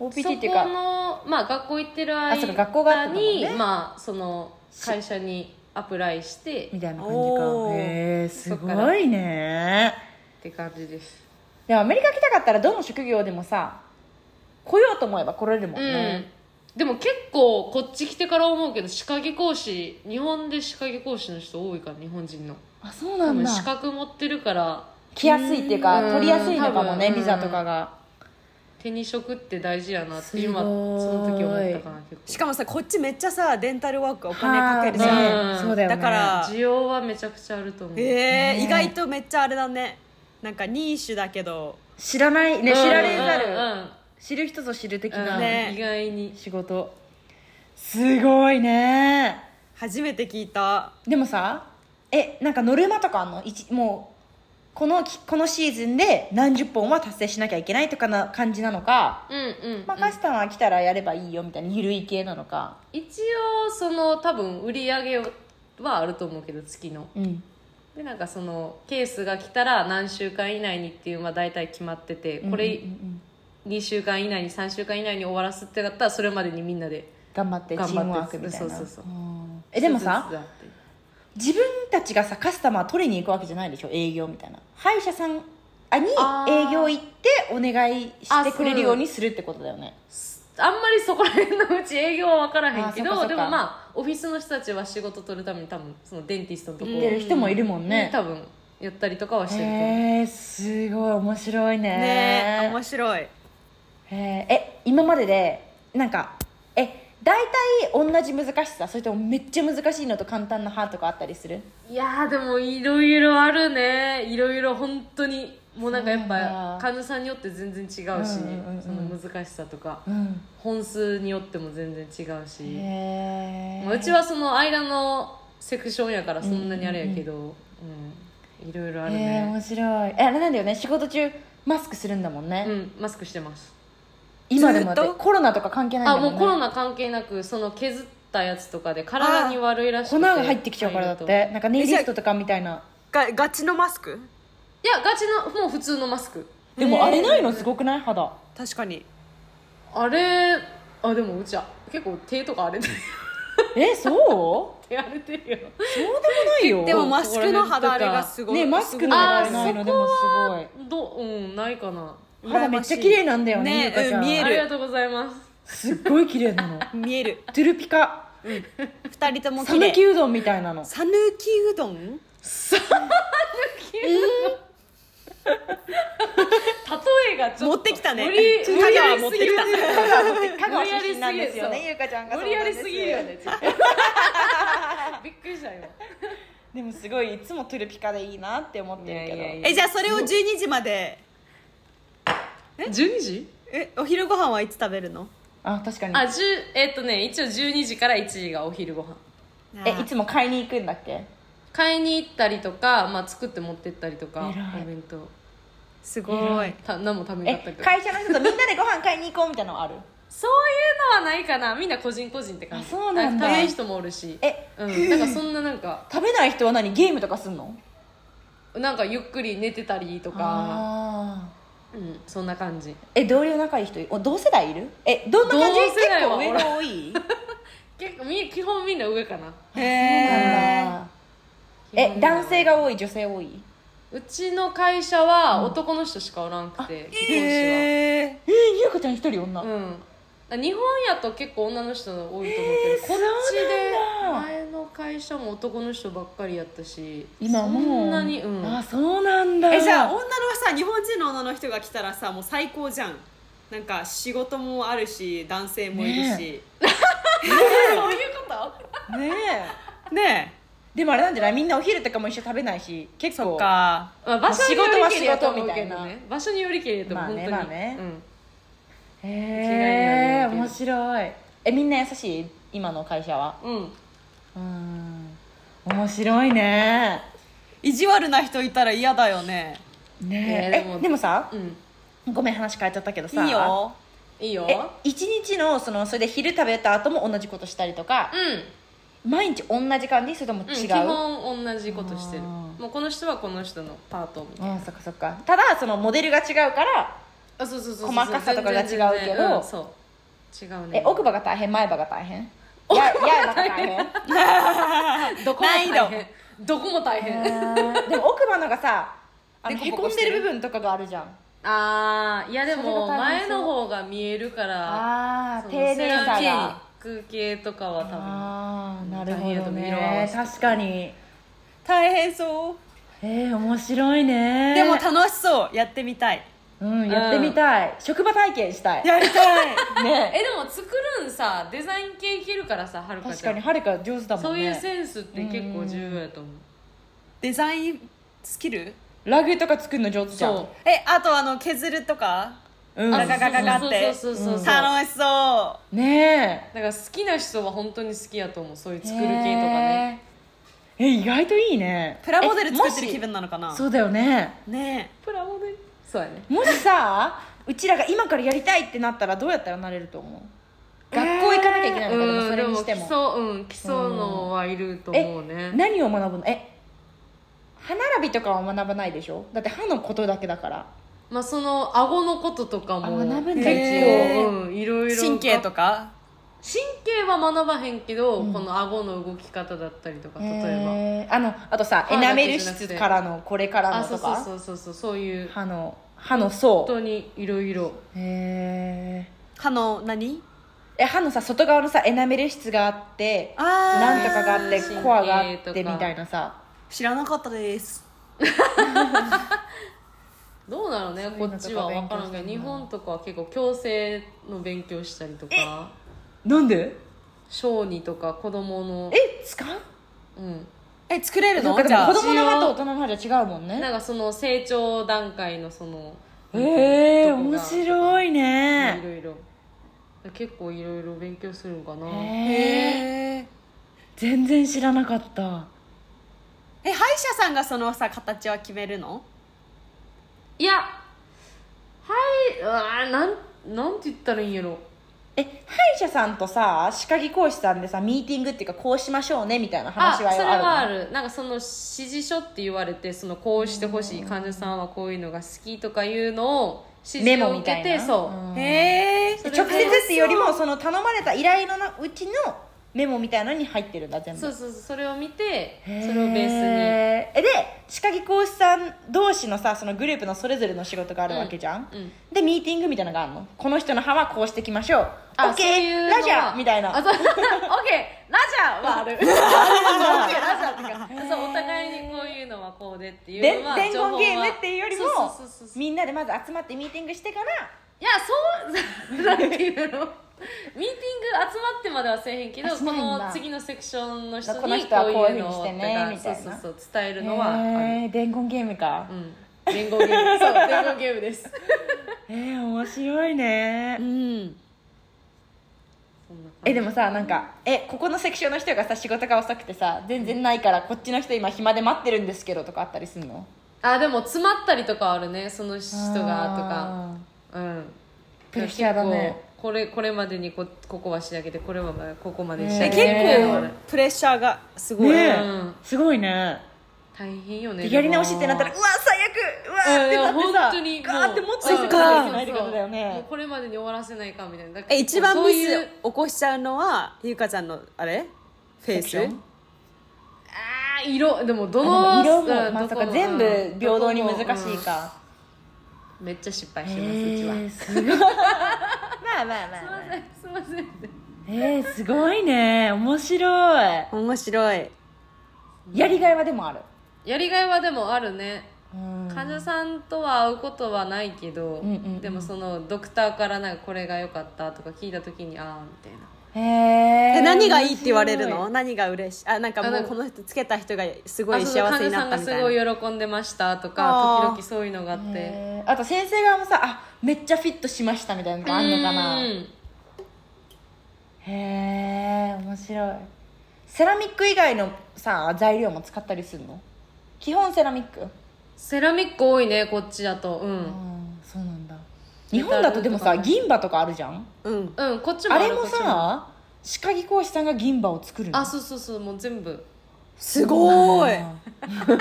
A: OPT っていうか
B: そこの、まあ、学校行ってる間
A: あ
B: に
A: そうか学校があったんだもんね
B: まあ、その会社にアプライして
A: み
B: った
A: いな感じ
C: お
A: か
C: ー
A: へえす
B: そっから
A: ごいね
B: て感じです
A: でもアメリカ来たかったらどの職業でもさ来ようと思えば来れるもん
B: うん、
A: ね、
B: でも結構こっち来てから思うけど歯科技講師日本で歯科技講師の人多いから日本人の
A: あそう
B: 多
A: なん
B: 分資
A: だ
B: 格持ってるから
A: 来やすいっていうか
B: うん
A: 取りやすいのかもね
B: 多分
A: ビザとかが
B: 手に職って大事やなって
A: す
B: 今そ
A: ごい
B: の時思ったかな結構
C: しかもさこっちめっちゃさデンタルワークお金かけるじ
B: は
C: ゃん
B: い
A: はあね
B: うん
A: そうだよね
C: だから
B: 需要はめちゃくちゃあると思う、
C: え
A: ね
C: ー、意外とめっちゃあれだねなんかニーシュだけど
A: 知らないね
B: うん
A: 知られざ
B: う
A: る
B: んうん
A: 知る人ぞ知る的
B: う
A: なん
C: ね
B: 意外に
A: 仕事すごいね
C: 初めて聞いた
A: でもさえなんかノルマとかあんの一もうこのきこのシーズンで何十本は達成しなきゃいけないとかな感じなのか、
B: うんうん、
A: まあ、カスタマー来たらやればいいよみたいな緩い系なのか
B: 一応その多分売り上げはあると思うけど月の
A: うん
B: でなんかそのケースが来たら何週間以内にっていうまあ大体決まっててこれ
A: うんうんうん
B: 2週間以内に3週間以内に終わらすってなったらそれまでにみんなで
A: 頑張ってチ
B: 頑張って
A: ームワークみたいな
B: そうそうそう
A: うんえでもさ
B: 手術だって
A: 自分たちがさカスタマー取りに行くわけじゃないでしょ営業みたいな歯医者さんあに
B: あー
A: 営業行ってお願い
B: あ
A: し
B: そ
A: て
B: う
A: くれるようにするってことだよね
B: あんまりそこら辺のうち営業は分からへんけ
A: あそっかそっ
B: ど
A: か
B: でもまあオフィスの人たちは仕事取るために多分そのデンティストのとこ
A: 行ってる人もいるもんね
B: に多分やったりとかはしてると思う
A: へえすごい面白いね
C: ねえ面白い
A: へええ今まででなんかえ大体同じ難しさそれともめっちゃ難しいのと簡単な歯とかあったりする
B: いやーでもいろいろあるねいろいろ本当にもうなんかやっ
A: そうなんだ
B: ぱ患者さんによって全然違うし、
A: うんうんうん
B: その難しさとか
A: うん
B: 本数によっても全然違うし、
A: へ
B: まあうちはその間のセクションやからそんなにあれやけど、うんいろいろあ
A: あ
B: る
A: え面
B: ね、
A: 白いえあれなんだよね仕事中マスクするんだもんね、
B: うんマスクしてます
A: 今でもだっ
C: ずって
A: コロナとか関係ないん
B: あ
A: だもん、ね、
B: もうコロナ関係なくその削ったやつとかで体に悪いらしくて
A: 粉が入ってきちゃうからだってなんかネイリストとかみたいな
C: がガチのマスク
B: いやガチのもう普通のマスク
A: でもあれないのすごくない肌
C: 確かに
B: あれあでもうちは結構手とか荒れてる
A: えそう
B: 手荒れてるよ
A: そうでもないよ
C: でもマスクの肌荒れがすごい
A: ねマスクの肌荒れないのでもす
B: どううんないかな
A: ごい肌めっちゃ綺麗なんだよね
C: ね
A: ゆうかちゃん
C: うん見え
B: あ
C: る
B: りがとうございます
A: すっごい綺麗なの
C: 見える
A: トゥルピカ
C: 二人とも綺
A: 讃岐
C: 麗
A: うどんみたいなの
C: さぬきうどん
B: 例えがちょっと
C: 持ってきたね
B: 無理
C: ちょっ
B: 無
C: と
B: 理や
C: 肌
B: り
C: 持っ
B: す
C: て
B: ぎ
C: き
B: る
C: た
A: 香川出身なんですよ
B: 無理や
A: ねゆ
B: りすぎる
A: うかちゃんが
B: 無理やりすぎるよ
A: そうなんで
B: ねちょっと びっくりしたよ
A: でもすごいいつもトゥルピカでいいなって思ってるけど
B: いやいやいや
C: えじゃあそれを12時まで
B: 12時
C: えお昼ご飯はいつ食べるの
A: あ確かに
B: あ十えっとね一応12時から1時がお昼ご飯
A: えいつも買いに行くんだっけ
B: 買いに行ったりとか、まあ、作って持ってったりとか
A: 偉い
B: お弁当
C: すごい
B: た何も食べに
A: え
B: 行ったりとか
A: 会社の人とみんなでご飯買いに行こうみたいなのある
B: そういうのはないかなみんな個人個人って感じ
A: あそうなんだ
B: 食べる人もおるし
A: え
B: うん、なんかそんななんか
A: 食べない人は何ゲームとかすんの
B: なんかゆっくり寝てたりとか、
A: ああ
B: うん、そんな感じ
A: え同僚仲いい人いお同世代いるえどんな感じ
B: 同世代は
A: 結構上が多い
B: 結構み基本みんな上かな
C: へ
A: なん
C: え
A: だえ男性が多い女性多いう
B: ちの会社は男の人しかおらんくて、え
C: へえ
A: えー、ゆうかちゃん一人女、
B: うんだから日本やと結構女の人が多いと思うけど、こっち
A: そうなんだ
B: で前の会社も男の人ばっかりやったし
A: 今もう
B: そんなにうん
A: あそうなんだ
C: えじゃあ女のさ日本人の女の人が来たらさもう最高じゃんなんか仕事もあるし男性もいるし
B: そういうこと
A: ね
C: ね
A: えでもあれなんじゃないみんなお昼とかも一緒食べないし結構
C: えか
B: まあ、場所によりけりやと
A: 仕事は仕事
B: 思う
A: みた
B: け
A: い
B: ど
A: な
B: ね場所によりけりやと思う、
A: まあね
B: 本当に、
A: まあね
B: うん
A: へ
B: 違い
A: え
B: ないね
A: 面白いえみんな優しい今の会社は
B: うん、
A: うん面白いね
C: 意地悪な人いたら嫌だよね
A: ねえ
B: ねえで
A: え
B: も
A: でもさ
B: うん、
A: ごめん話変えちゃったけど
C: い
A: さ
C: いよ
B: いいよ
A: え一日のそのそれで昼食べた後も同じことしたりとか、
B: うん
A: 毎日同じ感じそれとも
B: うん
A: 違
B: 基
A: う、
B: 本同じことしてる
A: あー
B: もうこの人はこの人のパートみたいな、
A: うんそっかそっかただそのモデルが違うから、
B: あそうそうそうそう
A: 細かさとかが違うけど
B: 全然全然うんそう違うね
A: え奥歯が大変前歯が大変いややが大変
B: どこも大変
C: 難易
B: どこも大変、あ
A: あーでも奥歯のがさあの
B: で
A: へ
B: こ
A: こ
B: ぼこ
A: ん
B: して
A: で
B: る
A: る部分とかがあるじゃん
B: あーいやでも
A: それが大変そ
B: 前
A: う
B: の方が見えるから
A: あ
B: そ
A: あ
B: の
A: 丁寧さ
B: セラ
A: が
B: ミック系とかは多
A: ああなる
B: 大
A: ほ
B: 変だと
A: ど
B: 思う色合わ
A: ね
B: せとか
A: 確かに
C: 大変そう
A: えー、面白いね
C: でも楽しそうやってみたい
A: うんやってみたい、職場体験したい
C: やりたい
B: 分
A: ね
B: えでも作るんさデザイン系いけるからさはるか
A: 確
B: ちゃ
A: か
B: ん
A: にはるか上手だも
B: そ
A: ん
B: ういう
A: ね
B: センスって結構重要やと思う
C: デザインスキル
A: ラグとか作るの上手じゃん
B: そ
C: えあとあの削るとか
A: う
B: うん
C: ガガガガガって
B: そうそうそうそうそう
C: 楽しそ
A: ね
B: だから好きな人は本当に好きやと思うそういう
A: え
B: 作る系とかね
A: へーえ意外といいね
C: うプラモデル作ってる気
A: え
C: 分なのかな
A: もしそうだよね
C: ね
B: プラモデルそうやね
A: もしさうちらが今からやりたいってなったらどうやったらなれると思う学校行かなきゃいけないのかな、
B: うん
A: そ
B: で
A: れに
B: も
A: して
B: 基
A: も
B: 礎うん基礎のはいると思う
A: え
B: ね
A: 何を学ぶのえ歯並びとかは学ばないでしょだって歯のことだけだから
B: まあその顎のこととかも
A: あ学ぶんだ
B: 結
C: へー
B: 構うんいろ
C: え
B: いろ
C: 神経とか
B: 神経は学ばへんけど、この顎の動き方だったりとか例え
A: えーあのあとさエ
B: 歯
A: ナ
B: だけ
A: メ
B: じ
A: ル
B: ゃなくて
A: 質からのこれか
B: ば
A: ら
B: あ
A: の
B: そう
A: と
B: そう
A: か
B: そうそうそうそういう
A: 歯の歯の層
B: 本当にいろいろ
A: へ
C: 歯の何
A: え歯のさ外側のさエナメル質があって
C: あー
A: なんとかがあって
B: 神経
A: コアがあっ
B: と
A: て
B: か
A: みたいなさ
C: 知らなかったです
B: どうなのね
A: そうい
B: こ
A: うのとか
B: っちは
A: 勉強
B: 分からんけ
A: してんの
B: ど日本とかは結構矯正の勉強したりとか
A: なんで
B: 小児とか子供の
A: え使う
B: うん
C: え作れる
A: そ
C: の
A: うかで
C: じ
A: も
C: ゃ
A: 子
C: あ
A: 供の歯と大人の歯じゃ違うもん
B: なん
A: ね
B: かその成長段階のその
A: ええ
B: とこ
A: 面
B: が
A: 白い
B: い
A: ね
B: ろいろ結構いろいろ勉強するんかな
A: へえ
C: へー
A: 全然知らなかった
C: え歯医者さんがそのさ形は決めるの
B: いやはいあなんなんて言ったらいいんやろ
A: え歯医者さんとさ歯科技講師さんでさミーティングっていうかこうしましょうねみたいな
B: あ
A: 話
B: そ
A: は
B: れはあ
A: る
B: るなんかその指示書って言われてそのこうしてほしい患者さんはこういうのが好きとかいうのを指
A: メ
B: 示
A: モ
B: を
A: み
B: 受
A: た
B: け
A: いな
B: てそう、
A: うん
C: へえ
B: それで
A: 直接っていうよりもその頼まれた依頼のうちのメモみたいなのに入ってるんだ全部
B: そうそうそうそれを見てそ
A: へ
B: れをベー
A: えで歯科技講師さん同士のさそのグループのそれぞれの仕事があるわけじゃん、
B: スに、うん、
A: でミーティングみたいなのがあるのこの人の歯はこうしていきましょうオ
B: あ
A: ッケ
B: そういう
A: ー
B: のは
A: ラジャーみたいな
B: あそう オッケーラジャーは あるオッケーラジャーっていうか そうお互いにこういうのはこうでっていう
A: で
B: のは
A: 伝
B: 情報
A: 言
B: は
A: ゲームっていうよりも
B: そうそうそうそう
A: みんなでまず集まってミーティングしてから
B: いやそう なんていうのミーティング集まってまではせえへんけど
A: あしな
B: こ
A: いんだ
B: の次のセクションの人に
A: この人はこういうふうに
B: こ
A: し
B: うい
A: て
B: う
A: ね
B: のを
A: みたいな
B: そうそうそう伝えるのはある
A: へー伝言ゲームか
B: う、ん伝言ゲームそう伝言ゲームです
A: えー、面白いね
C: うん
B: そんな感じ
A: えでもさなんかえここのセクションの人がさ仕事が遅くてさ全然ないからこっちの人今暇で待ってるんですけどとかあったりすんの
B: あでも詰まったりとかあるねその人がとかうん
A: プレッシャーだね
B: 結構これこれまでにこここは仕上げてこれはここまで仕
A: ね
B: 上
C: え
B: げ
C: 結構
B: て、
C: プレッシャーがすごい、
A: ねえ、
B: うん
A: すごいね
B: 大変よね
A: で
B: でも
A: やり直しってなったらうわ最悪うわーってなって
B: うんい
A: さ
B: や本当に
A: ガーってもっと
B: うん
A: やら
C: そっ
A: な
C: か
A: きゃいけないってことだよ
B: もう
A: ね
B: これまでに終わらせないかみたいなだから
C: え一番
B: そう
C: ミ
B: い
C: ス
B: う
C: 起こしちゃうのはゆかちゃんのあれフェ
A: セ
C: イス
A: クション
B: あー色でもどの
A: あでも色も
B: うん
A: まさ
B: どこ
A: か
B: の
A: 全部
B: うん
A: 平等に難しい
B: どこ
A: か
B: もうんめっちゃ失敗
A: へ
B: してます、
A: ーす
B: うちは
A: ごい まあまあまあまあ
B: すいませんすいま
A: えー、すごいね面白い
C: 面白い
A: やりがいはでもある、
B: せんやりがいはでもあるね
A: うん
B: 患者さんとは会うことはないけど、
A: んうんうん
B: でもそのドクターからなんかこれが良かったとか聞いた時にああみたいな
A: へえ
C: え何がいいって言われるの何が嬉しいあなんかも
B: あな
C: うん
B: か
C: この人つけた人がすご
B: あ
C: い
B: そうそう
C: 幸
B: 患
C: せに
B: 者
C: な
B: さ
C: った
B: んが
C: み
B: す
C: たい
B: ご
C: ない
B: 喜んでましたと
C: あ
B: か
C: ー
B: 時々そういうのがあって
A: へーあと先生側もさあめっちゃフィットしましたみたいなのがあるのかな
B: うん
A: へえ面白いセラミック以外のさ材料も使ったりするの基本セラミック
B: セラミック多いねこっちだとうん、
A: あそうなんだ日本だとでもさ
B: メタルとかね
A: 銀歯とかあるじゃん
C: うん
B: うん、こっちも
A: あ
B: ある
A: れも
B: こっちも
A: さ歯科技講師さんが銀歯を作るの
B: あそうそうそうもう全部
C: すごい
A: 止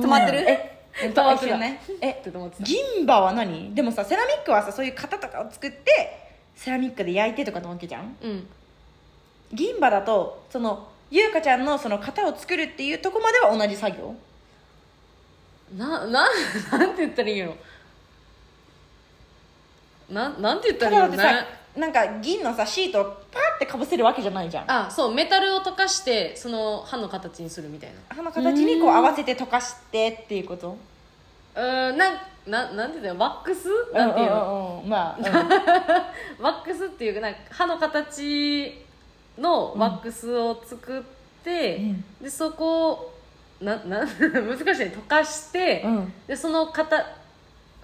C: 止まってる
A: え止
B: まってる
A: ねえ
B: って思ってた
A: 銀歯は何でもさセラミックはさそういう型とかを作ってセラミックで焼いてとかなわけじゃん
B: うん
A: 銀歯だとその優香ちゃんのその型を作るっていうとこまでは同じ作業
B: なな なんて言ったらいいんやろななんて言った
A: た
B: らい
A: だ
B: い
A: だっ
B: ん
A: て
B: や
A: さ
B: ろね
A: なんか銀のさシートをパーってかぶせるわけじゃないじゃん
B: あそうメタルを溶かしてその歯の形にするみたい
A: 歯の形にこう合わせて溶かしてっていうこと
B: なうーんなんななんて言ったらいいのワックス
A: うん
B: なんていうの
A: んうんうんまあ
B: ワックスっていうかなんか歯の形のワックスを作って、
A: うん
B: でそこをなな 難しいね溶かして、
A: うんうん
B: でその型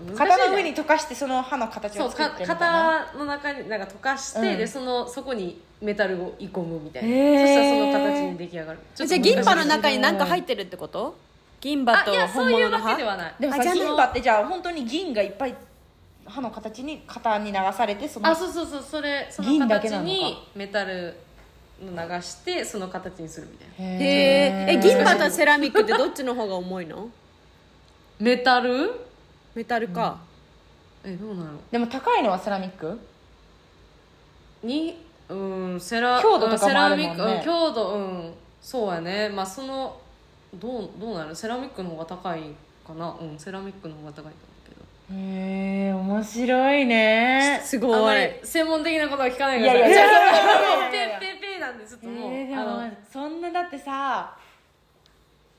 B: 難しいね
A: 型の上に溶かしてその歯の形
B: そ
A: を
B: う
A: 作
B: か
A: ってみたいな
B: 型の中になんか溶かして、
A: うん
B: でそのそこにメタルを鋳込むみたいな、
A: へー
B: そしたらその形に出来上がるちょっと
C: じゃあ銀歯の
B: 難しい
C: 中に何か入ってるってこと銀歯
B: あ
C: と
B: いやそう
C: 本
B: いう
C: 物の
B: わ
C: 歯
B: けではない
A: でも
C: あじ
A: さ
C: ゃあ
A: 銀歯ってじゃあ本当に銀がいっぱい歯の形に型に流されてその
B: あそうそうそうそれその
A: 銀だけ
B: 形
A: なのか
B: にメタルの流してその形にするみたい
A: へ
B: な
C: へ
A: ー
C: え銀歯とセラミックってどっちの方が重いの
B: メタル
C: メタルか、
B: えどうなの
A: でも高いのはセラミック
B: にうんセラ
A: 強度とかもあるもんね
B: うんセラミックうん強度うんそうやねまあそのどうどうなのセラミックの方が高いかなうんセラミックの方が高いと思うけど
A: へえ面白いね
C: す
B: あん
C: ご
B: ま
C: い
B: り専門的なことは聞かない
A: い
B: から
A: やいやいやいやいやいや
B: ペーペーペーなんでちょっともう、
A: えーで
B: あの
A: もそんなだってさ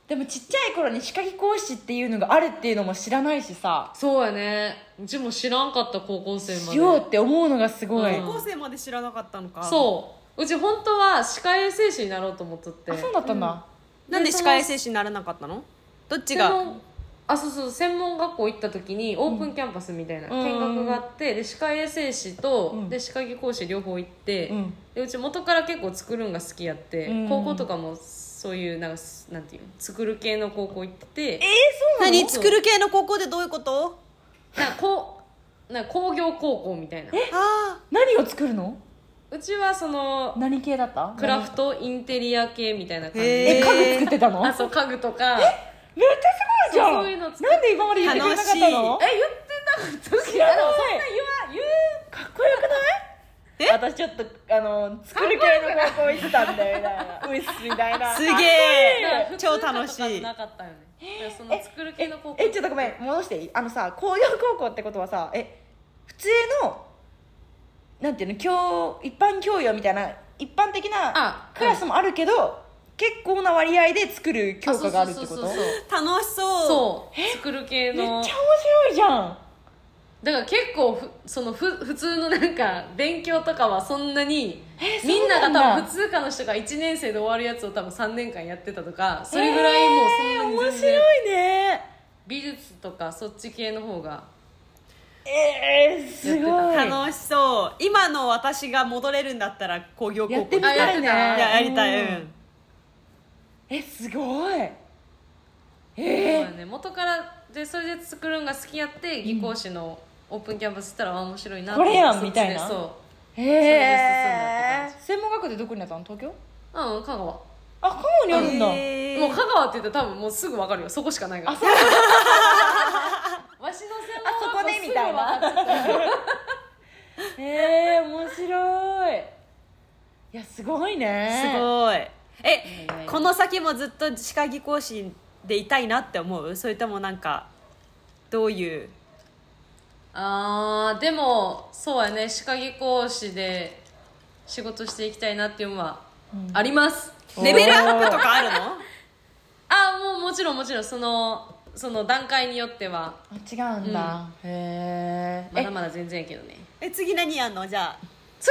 A: でもちっちゃい頃に歯科技講師っていうのがあるっていうのも知らないしさ
B: そうやねうちも知らんかった高校生ま
A: し
B: で
A: ようって思うのがすごい、
B: うん
C: 高校生まで知らなかったのか
B: そううち本当は歯科衛生士になろうと思っとって
A: あそうだったんだ、
C: なんで
B: でそ
C: 歯
B: の
C: 科衛生士にならなかったのどっち
B: 専
C: が
B: 門あそうそう専門学校行った時にオープンキャンパスみたいな
A: うん
B: 見学があって、で歯科衛生士と、
A: うん
B: で歯科技講師両方行って、
A: うん
B: でうち元から結構作るんが好きやって、
A: うん
B: 高校とかもそういうなんかなんていうの作る系の高校行ってて
C: 何作る系の高校でどういうこと
B: なんかこうなんか工業高校みたいな
C: あ
A: 何を作るの
B: うちはその
A: 何系だった
B: クラフトインテリア系みたいな感じ
C: へ
B: で
A: え家具作ってたのめ
B: あ
A: っち
B: そう家具とか
A: ゃすごいじゃん
B: そうそういうの作る
A: なんで今まで言ってくれなかったの
B: え言ってなかった
A: 知らない
B: でもそんな言わ言う
A: かっこよくない
C: え
A: 私ちょっとあの作る系の高校行ってたんだよみたいなウイスみたい
C: あ
A: な
C: すげ
B: だか
C: え
B: ら
C: 超楽しい
B: なかったよねだからそ
A: え
B: の作る系の高校
A: ええちょっとごめん戻していいあのさ工業高校ってことはさえ普通のなんていうの教一般教養みたいな一般的な
B: あ
A: クラスもあるけど、結構な割合で作る教科があるってこと
B: そうそうそう
C: 楽しそう
B: そうそう作る
A: め
B: 系
A: っちゃ
B: の
A: 面白いじゃん
B: だから結構ふそのふ普通のなんか勉強とかはそんなに
A: え
B: みんな
A: そうな
B: が
A: んだ
B: 多分普通科の人が1年生で終わるやつを多分3年間やってたとかそれぐらいもうそんな
A: 面
B: に全然
A: 白いね
B: 美術とかそっち系の方が
A: えー、すごい
B: や
C: 楽しそう今の私が戻れるんだったら工業高校
A: やってみた
B: あやっ
A: い
B: て
A: ね
B: た
C: いややりたい、う
A: う
C: ん
A: んえすごいえ
B: そうだね、元からでそれで作るんが好きやって技工士のオープンキャンパス行ったらあ面白いなっ
A: こ
B: て
A: れやん
B: そっちで
A: みたいな
B: そ
A: ー、
B: れ
A: え
B: で進んだって感じ
A: 専門学校でどこにあったの東京
B: ううん香川も
A: あカモにあるんだ、
C: へー
B: う香川って言ったら多分もうすぐ分かるよそこしかないから
A: あそう なんだ
B: わしの専
A: あそ
B: 門
A: こでみたいな
B: すぐ分かっちゃっ
A: えー、面白いいやすごいね
C: す
A: い
C: ごいえ
B: た
C: この先もずっと歯科技講師でいたいなって思うそれともなんかどういう
B: あーでもそうやね歯科技工士で仕事していきたいなっていうのはあります、
A: おー
C: レベルアップとかあるの
B: ああもうもちろんもちろんそのその段階によっては
A: あ違うんだ、へ
B: ま
A: え
B: だまだ全然やけどね
C: え次何やんのじゃあ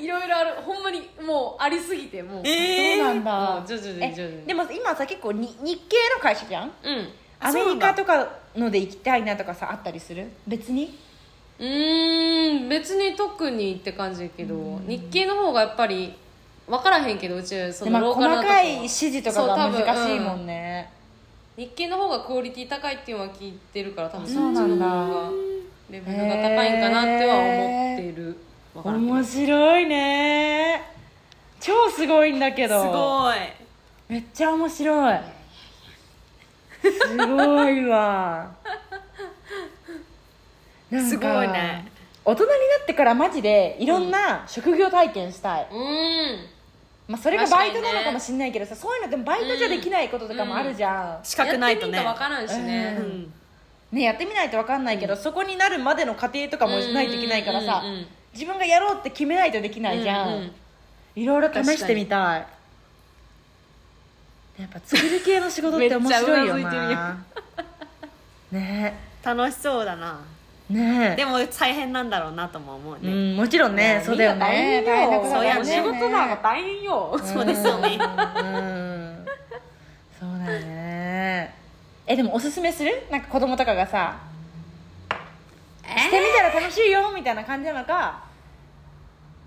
B: いろいろあるほんまにもうありすぎてもう
A: えそうなん
B: う
A: だ
B: ん徐々に
A: え
B: 徐々に
A: でも今さ結構に日系の会社じゃん
B: うん
A: ア
C: あ
A: メ
C: そうな
A: リ
C: んだ
A: カとかので行きたいなとかさあったりする別に
B: うーん別に特にって感じやけど日系の方がやっぱり分からへんけどうちそ
A: で
B: の
A: も
B: ローカ
A: 細
B: ルなとこ
A: かい指示とかが
B: そう多分
A: 難しいも
B: うん
A: ね
B: 日系の方がクオリティ高いっていうのは聞いてるから多分
A: あそうなんだ
B: そっちの方がレベルが高いんかなっては思ってる分からんけど
A: 面白いね超すごいんだけ
C: す
A: ど
C: ごい
A: めっちゃ面白いすごいわなんか
C: すごいね
A: 大人になってからマジでいろんな職業体験したい、
B: うーん
A: まあ、それが
B: 確
A: バ
B: か
A: イ
B: にね
A: トなのかもしれないけどさ、そういうのでもバイトじゃできないこととかもあるじゃん、
C: 資格ないとね
B: やってみんと分からんしね
A: う
C: うんん
A: ね、やってみないと分かんないけど、そこになるまでの過程とかもないといけないからさ、
B: うんうんうん
A: 自分がやろうって決めないとできないじゃん、
B: うんうん
A: いろいろ試してみたいやっぱ作る系の仕事って面白いよ
B: めっちゃう
A: な
B: な
A: ね
C: 楽しそうだな
A: ね
C: でも大変なんだろうなとも思う
A: う
C: ね、
A: ん、もちろんねそうだよね
B: みんな
A: 大変なことだ
B: そうや
A: よ
B: ね
A: ね
B: 仕事なんか大変よ
C: そうですよ
A: う
C: ね
A: んそうだよねえでもおすすめするなんか子供とかがさしてみたら楽しいよみたいな感じなのか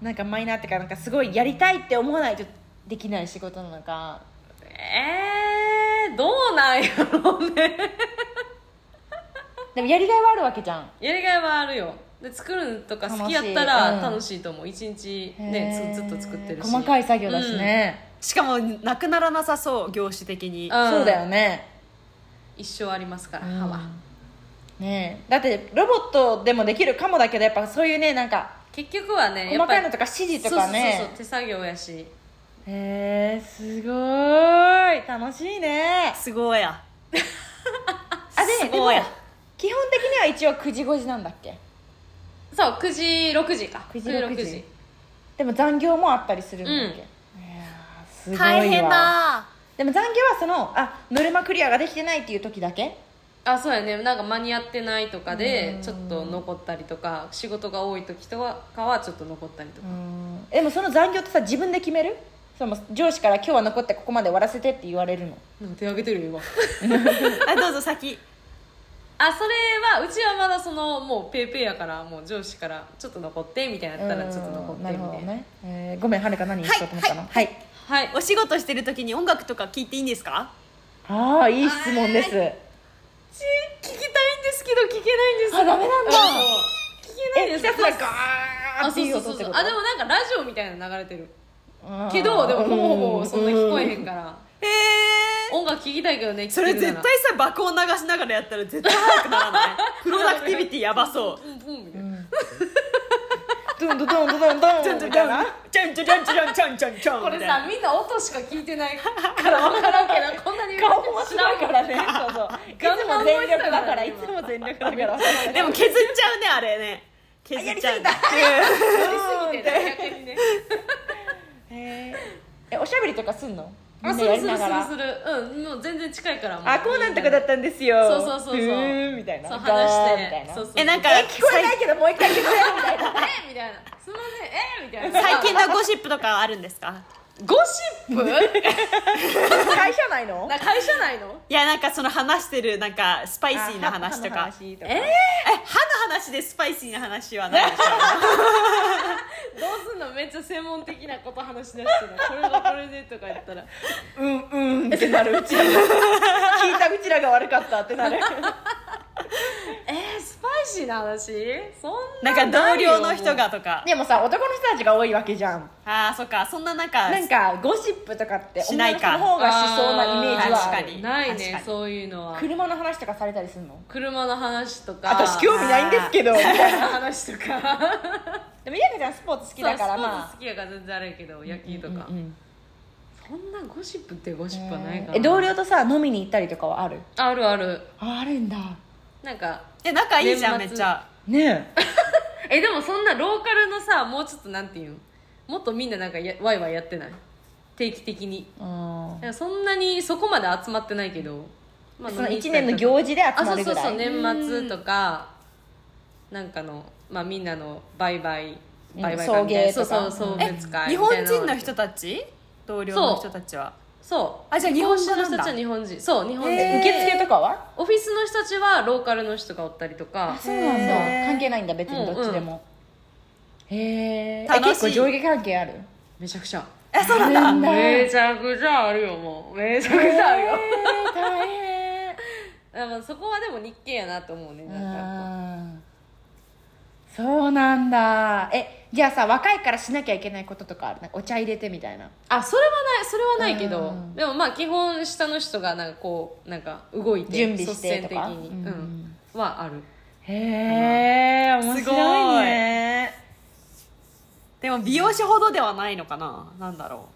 A: なんかマイナーってかなんかすごいやりたいって思わないとできない仕事なのか
B: えー、どうなんやろうね
A: でもやりがいはあるわけじゃん
B: やりがいはあるよで作るのとか好きやっ
A: 楽
B: た
A: しいうん
B: ら楽しいと思う一日ね
A: へ
B: ず
A: ー
B: ずっと作ってるし
A: 細かい作業だしね、
C: しかもなくならなさそう業種的に
B: うん
A: そうだよね、
B: 一生ありますから
A: うん
B: 歯は
A: ねえだってロボットでもできるかもだけどやっぱそういうねなんか
B: 結局はね
A: 細かい
B: や
A: の
B: っ
A: とか指示
B: ぱ
A: と
B: そうそう
A: か
B: そう
A: ね
B: そう手作業やし
A: へえすごーい楽しいね
C: すごいや
A: あでです
C: ご
A: も
C: いや
A: 基本的には一応9時5時なんだっけ
B: そう9時6時か
A: 9時6時でも残業もあったりするんだっけ、いやーすごいわ
C: 大変 だ
A: でも残業はそのあノルマクリアができてないっていう時だけ
B: あそうやねなんか間に合ってないとか
A: う
B: で
A: ん
B: ちょっと残ったりとか仕事が多い時とかはちょっと残ったりと
A: う
B: か、
A: んでもその残業ってさ自分で決めるその上司から今日は残ってここまで終わらせてって言われるの
B: なんか手挙げて るよ今
C: あどうぞ先
B: あそれはうちはまだそのもうペイペイやからもう上司からちょっと残ってみたいなやったらちょっと残ってみ
A: な
B: た
A: る
B: い
A: ほど
B: な
A: ね、えーごめんはるか何しようと思ったのはい、
B: はい
C: お仕事してる時に音楽とか聞いていいんですか
A: ああいい質問です
B: ち聞きたいんですけど聞けないんです
A: あダメなんだ
B: そう聞け
A: え
B: ないで
A: ひ
B: す
A: たすらガーっ
B: あ
A: て
B: そう
A: いう
B: そう
A: 音
B: そう
A: って
B: そ
A: こ
B: う
A: と
B: あでもなんかラジオみたいなの流れてる
A: あー
B: けどでももうもうそんな聞こえへんから
C: ええ
B: 音楽聞きたいけどね
C: それ絶対
B: 聞け
C: さ爆音流しながらやったら絶対速くならないプロダクティビティやばそう
B: るならブンブンみたいな
A: ドンドドンドドンドン
C: ちゃんちゃ
A: み
C: ん
A: たいな
C: ちゃんちゃんちゃんちゃんちゃんちゃんちゃん
B: これさみんな音しか聞いてないから分から んけどこんなに
A: 顔も面白いからねそうそういつ
B: ガンガ
A: も
B: ン
A: 全力だ
B: 動いてたか
A: からら
B: ね
A: いつも全力だから
C: でも削っちゃうねあれね削っちゃうね
B: やりすぎてね逆にね
A: へーえおしゃべりとかすんのみ
B: あ
A: ん
B: す
A: なやり
B: るする
A: な
B: す
A: が
B: る
A: ら
B: するうんもう全然近いからも
A: あこうなんとかだったんですよ
B: そうそうそうそう
A: ふーんみたいな
B: そう話し
A: ガーンみたい
B: て
A: な
B: そうそう
C: えなんか
A: え聞こえないけどもう一回聞こえみたいな
B: えみたいなすいませんえみたいな
C: 最近のゴシップとかあるんですか
B: ゴシップ
A: 会社内の
B: な会社内の
C: いやなんかその話してるなんかスパイシーな話
A: 歯
C: と
A: の
C: か
A: 話とか
B: え
C: え歯の話でスパイシーな話はない
B: どうすんのめっちゃ専門的なこと話しだしてるこれがこれでとか言ったら
A: うんうんってなるうちらが聞いたうちらが悪かったって なる
B: えー、スパイシーな話そん
C: なん
B: な
C: か同僚の
B: ないよ
C: 人がとか
A: でもさ男の人たちが多いわけじゃん
C: あーそっかそんななんか
A: なんかゴシップとかって
C: しないか
A: 女の人の方がしそうなイメージはあ
C: 確か
A: る
C: に
B: ない
C: 確か
B: ね
C: に
B: そういうのは
A: 車の話とかされたりするの
B: 車の話とか
A: 私興味ないんです けどみたいな
B: 車の話とか
A: でもゆうかちゃんスポーツ好きだから
B: そうスポーツ
A: まあ
B: 好きやから全然あれやけど野球とか、
A: うんうん
B: そんなゴシップってゴシップはないかな、
A: え同僚とさ飲みに行ったりとかはある
B: あるある
A: ああるんだ
B: なんか
C: え仲いいじゃんめ
B: 年
C: っ
B: 末
C: ちゃ
A: ねえ
B: えでもそんなローカルのさもうちょっとなんていうんもっとみんななんかやワイワイやってない定期的に
A: うん
B: なんかそんなにそこまで集まってないけど、ま
A: その1年の行
B: 事
A: 事で集
B: あ
A: ま
B: そう
A: る
B: そ
A: ぐ
B: う
A: ら
B: そう
A: い
B: 年末とかなんかの、まあ、みんなのバイバイ
A: うん
B: バイバイ会みたいな
A: 送迎とか
B: そうそう送
A: え
B: 別会
C: 日
B: みた
C: 本
B: いな
C: 人の人たち同僚の人たちは
B: そう
C: あじゃあ日本語なんだ
B: 日本人の人たちは日本人そう日本人、
A: え受付とかは
B: オフィスの人たちはローカルの人がおったりとか
A: そうなんだ
C: へー
A: 関係ないんだ別にどっちでもへえ
C: 楽しい
A: 結構上下関係ある
B: めちゃくちゃ
C: えそうなんだ
A: なんだ
B: めちゃくちゃあるよもうめちゃくちゃあるよ
A: えー大変
B: だからそこはでも日系やなと思うねなんかやっぱ
A: うんそうなんだえじゃあさ若いからしなきゃいけないこととかあるなんかお茶入れてみたいな
B: あそれはないそれはないけど、
A: うん
B: でもまあ基本下の人がなんかこうなんか動いて
A: 準備してと
B: 率先的
A: か
B: に、
A: うん
B: うんはある
A: へえ面白いね
C: でも美容師ほどではないのかななんだろ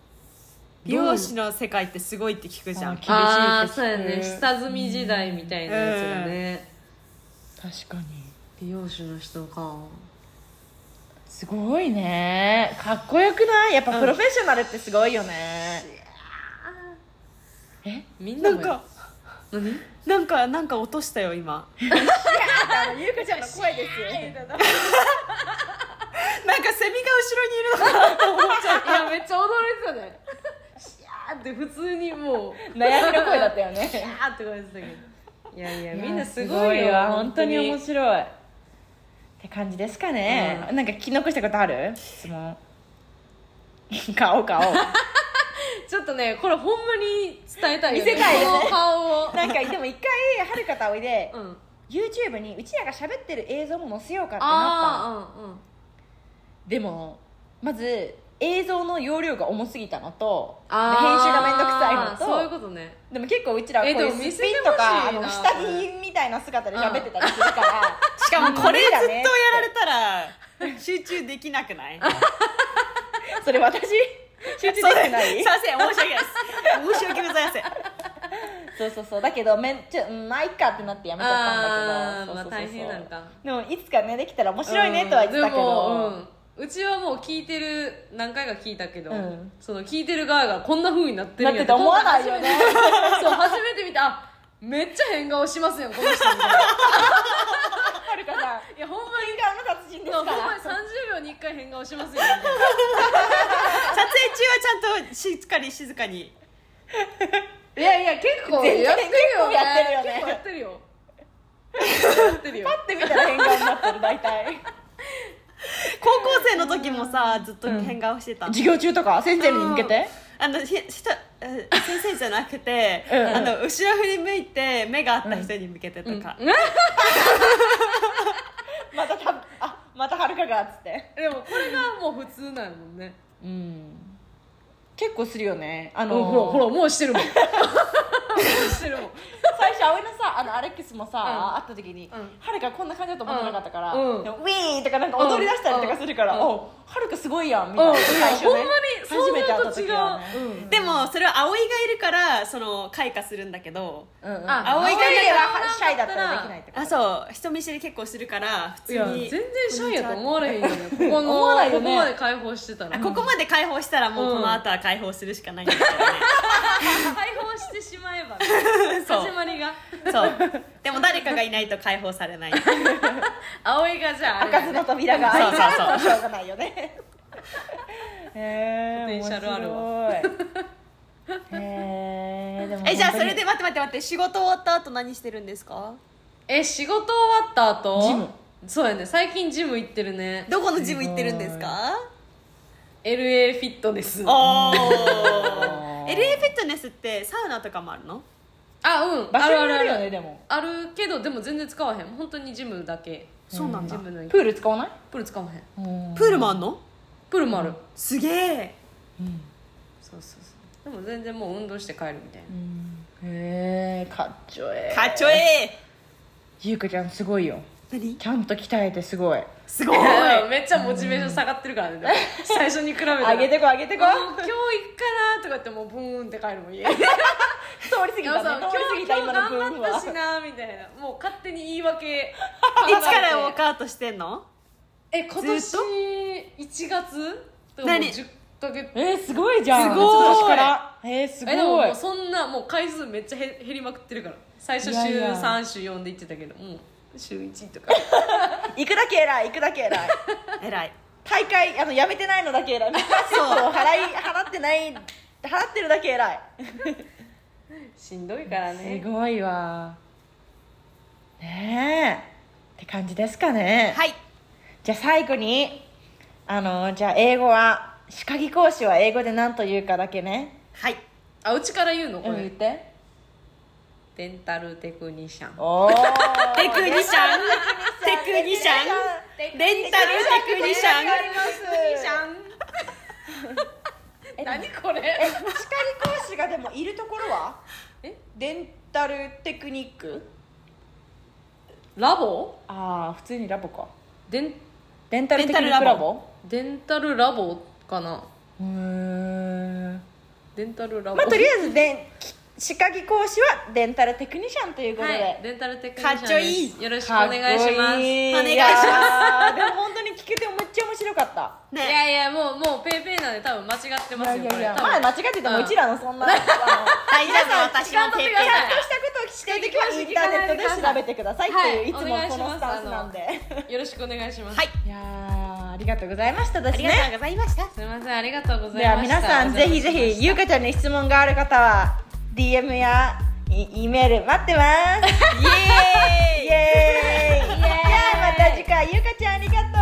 C: う美容師の世界ってすごいって聞くじゃん
A: あ厳しいって
B: ああーそうやね
A: うん
B: 下積み時代みたいなやつがね、
A: 確かに
B: 美容師の人か
A: すごいねかっこよくないやっぱプロフェッショナルってすごいよね、え
B: みん
C: な
B: なんもや
C: か
B: 何
C: なんかなんか落としたよ今
A: あのゆうかちゃんの声 ですよ
C: なんかセミが後ろにいるのかなと思っちゃう
B: いやめっちゃ驚いてたねシャーって普通にもう
A: 悩みの声だった
B: よ
A: よね
B: シャーって声してたけどいやいやみんなす
A: い
B: ごい
A: やす
B: よ
A: わ本当に面白いって感じですかね、
B: う
A: なんか聞き残したことある質問 顔顔
B: ちょっとねこれほんまに伝えたいよね
A: 見せたいよね
B: この顔 を
A: なんかでも一回はるかとおいで、
B: うん
A: YouTube にうちらが喋ってる映像も載せようかってなったの
B: ああ
A: でもまず映像の容量が重すぎたのとで編
B: あー
A: 集がめんどくさいのと
B: そういうことね
A: でも結構うちらはこうい
B: えでも
A: う
B: 見
A: す
B: せ
A: ってぴんとか
B: ほ
A: あ
B: しいな
A: の下着みたいな姿で喋ってたりするから
C: しかもこれずっとやられ
A: て
C: たら集中 できなくない
A: それ私集中できてない
C: させん申し訳ないです申し訳ございません
A: そうそうそうだけどめんちょうんまあいっかってなってやめちゃったんだけど
B: あー
A: そうそうそうそう
B: まあ大変なんか
A: でもいつかねできたら面白いねとは言ってたけ
B: うんで
A: ど
B: もうんうちはもう聞いてる何回か聞いたけど、
A: うん
B: その聞いてる側がこんな風になってる
A: なんっ
B: や
A: てて思わないよね
B: そう初めて 見てあめっちゃ変顔しますよこの人みた いな
A: はるかさん
B: いやほんま
A: 変顔の達人です
B: に
A: か
B: ほんま
A: ら
B: に30秒に1回変顔しますよみたいな
C: 撮影中はちゃんとしっかり静かに
B: いやいや結構やってるよね
A: 全然結構
B: 結構
A: や
B: やってるよやってるよ
A: パッて見たら変顔になってる大体
C: 高校生の時もさずっと変顔してた、
A: 授業中とか先生に向けて
C: あのひひとえ先生じゃなくて
A: うん
C: あの後ろ振り向いて目があった人に向けてとか、
A: またたあまたはるかがっつって
B: でもこれがもう普通なんやもんね
A: うん結構するよねあ
B: うん
A: の
B: ほらほらもうしてるもんもうしてるもん
A: 最初葵のさあのアレックスもさ、
B: うん
A: 会った時に、
B: うん
A: はるかこんな感じだと思ってなかったから、
B: うん
A: でもウィーンとかなんか踊り出したりとかするから、
B: うん
A: おはるかすごいやんみたい
B: うん
A: な、
B: い
A: 最
B: や
A: 初
B: ほんま
A: ね
B: に
A: 初めて会った
B: 想像と違
A: 時
B: う
A: はね、
B: うん
C: でもそれは葵がいるからその開花するんだけど
A: うんうん
B: あ
A: 葵がいれ
B: 葵
A: ば
B: が
A: シャイだったらできないってこと
C: あそう人見知り結構するから普通
B: いや
C: に
B: 全然シャイやと思われへん よねここの
A: 思わないよね
B: ここまで解放してたら
C: あ
B: 解
C: ここまで解放したらもうこの後は解放するしかないんだけどね、
B: 放してしまえ ばね
C: そう
B: 始まりが
C: そうでも誰かがいないと解放さ れない
B: 葵がじゃああれ
A: 開かずの扉が開いて
C: そうそう
A: もしょうがないよねへー
B: ポテンシャルある
A: 面白いへーでも
C: えじゃあそれ
A: 本
C: で待って待って待って仕事終わった後何してるんですか
B: え仕事終わった後
A: ジム
B: そうやね最近ジム行ってるね
C: どこのジム行ってるんですか
B: LA フィットネ ス
A: う
C: おお
A: ん
C: LA フィットネスってサウナとかもあるの
B: あう
A: 当
B: ん
A: に場
B: ある
A: 所
B: あ
A: に
B: る
A: よる
B: ある
A: よねでも
B: あるけどでも全然使わへん本当にジムだけ
C: そうなんだ
B: ジムの
A: プ
B: プ
A: ール使わない
B: ール使わへん
C: プールもあんの
B: プールもある、
C: すげえ
B: そうそうそうでも全然もう運動して帰るみたいな、
A: へえかっちょええ
C: かっちょええ
A: ゆうかちゃんすごいよ
C: 何
A: ちゃんと鍛えてすごい
C: す ごい
B: めっちゃモチベーション下がってるからね、 でも最初に比べたら
A: 上げてこ上げてこ
B: もう今日行くかなとか言ってもうブーンって帰るもん家 で
A: 通り過ぎ
B: そう
A: たね通
B: 今
A: り過ぎ
B: 日今日
A: た今の
B: 頑
A: 分
B: 張った
A: は
B: しなみたいなもう勝手に言い訳
C: いつからウォークアウトしてんの
B: え今年
C: ずっと
B: 1月ともう
C: 何
B: 10ヶ月
A: えー、すごいじゃん
C: すごい
A: 今年からえー、すごい
B: えでももうそんなもう回数めっちゃへ減りまくってるから最初週
A: いやいや
B: 3週4で行ってたけどもう週1とか
A: 行くだけ偉い行くだけ偉い
C: えらい
A: 大会あのやめてないのだけ偉いそう払い払ってない払ってるだけ偉い
B: しんどいからね
A: すごいわねえって感じですかね
C: はい
A: じゃあ最後にあのじゃあ英語は歯科技講師は英語で何と言うかだけね
C: はい
B: あうちから言うのこれ、
A: 言って
B: デンタルテクニシャン
A: おー
C: テクニシャンテクニシャンレンタルテクニシャン
A: テクニシャンえ
B: 何これ
A: え歯科技講師がでもいるところは
B: え
A: デンタルテクニック
B: ラボ
A: ああ普通にラボか
B: デン
A: デンタルテクニック
C: デンタル
A: ラ
C: ラ
A: ボ
C: ボ
B: デンタルラボかな
A: うーん
B: デンタルラボ、
A: まあとりあえずでんき歯科技講師はデンタルテクニシャンということで、
B: はい、デンタルテクニシャンです
C: かっちょいい
B: よろしくお
A: かっ
B: 願
A: こ
B: いします
A: い
C: お願いします
A: やーでも本当に聞けてめっちゃ面白かった
B: い
C: ね
B: やいやもうもうペイペイなんで多分間違って
A: い
B: ます
A: や
B: よ
A: いやい
B: こ
A: や
B: れ多
A: まあ
B: 分
A: 間違っててもうちらのそんなあの
C: 大丈夫私
B: 時間
C: も
B: 取
C: ペ
B: っ
C: イ
B: てく
C: ペ
B: だ
C: イ
B: さい
A: そうしたことを聞きたい時はインターネットで調べてくださいっていういつもこのスタンスなんで、い、
B: よろしくお願いします、
C: はい
A: やーありがとうございましたです
C: ありがと
A: ね
C: うございました
B: すみませんありがとうござ
A: で
B: い
A: は
B: ました
A: 皆さんぜひぜひゆうかちゃんに質問がある方は DM やイイメール待ってますイエーイイエーイじゃあまた次回ゆうかちゃんありがとう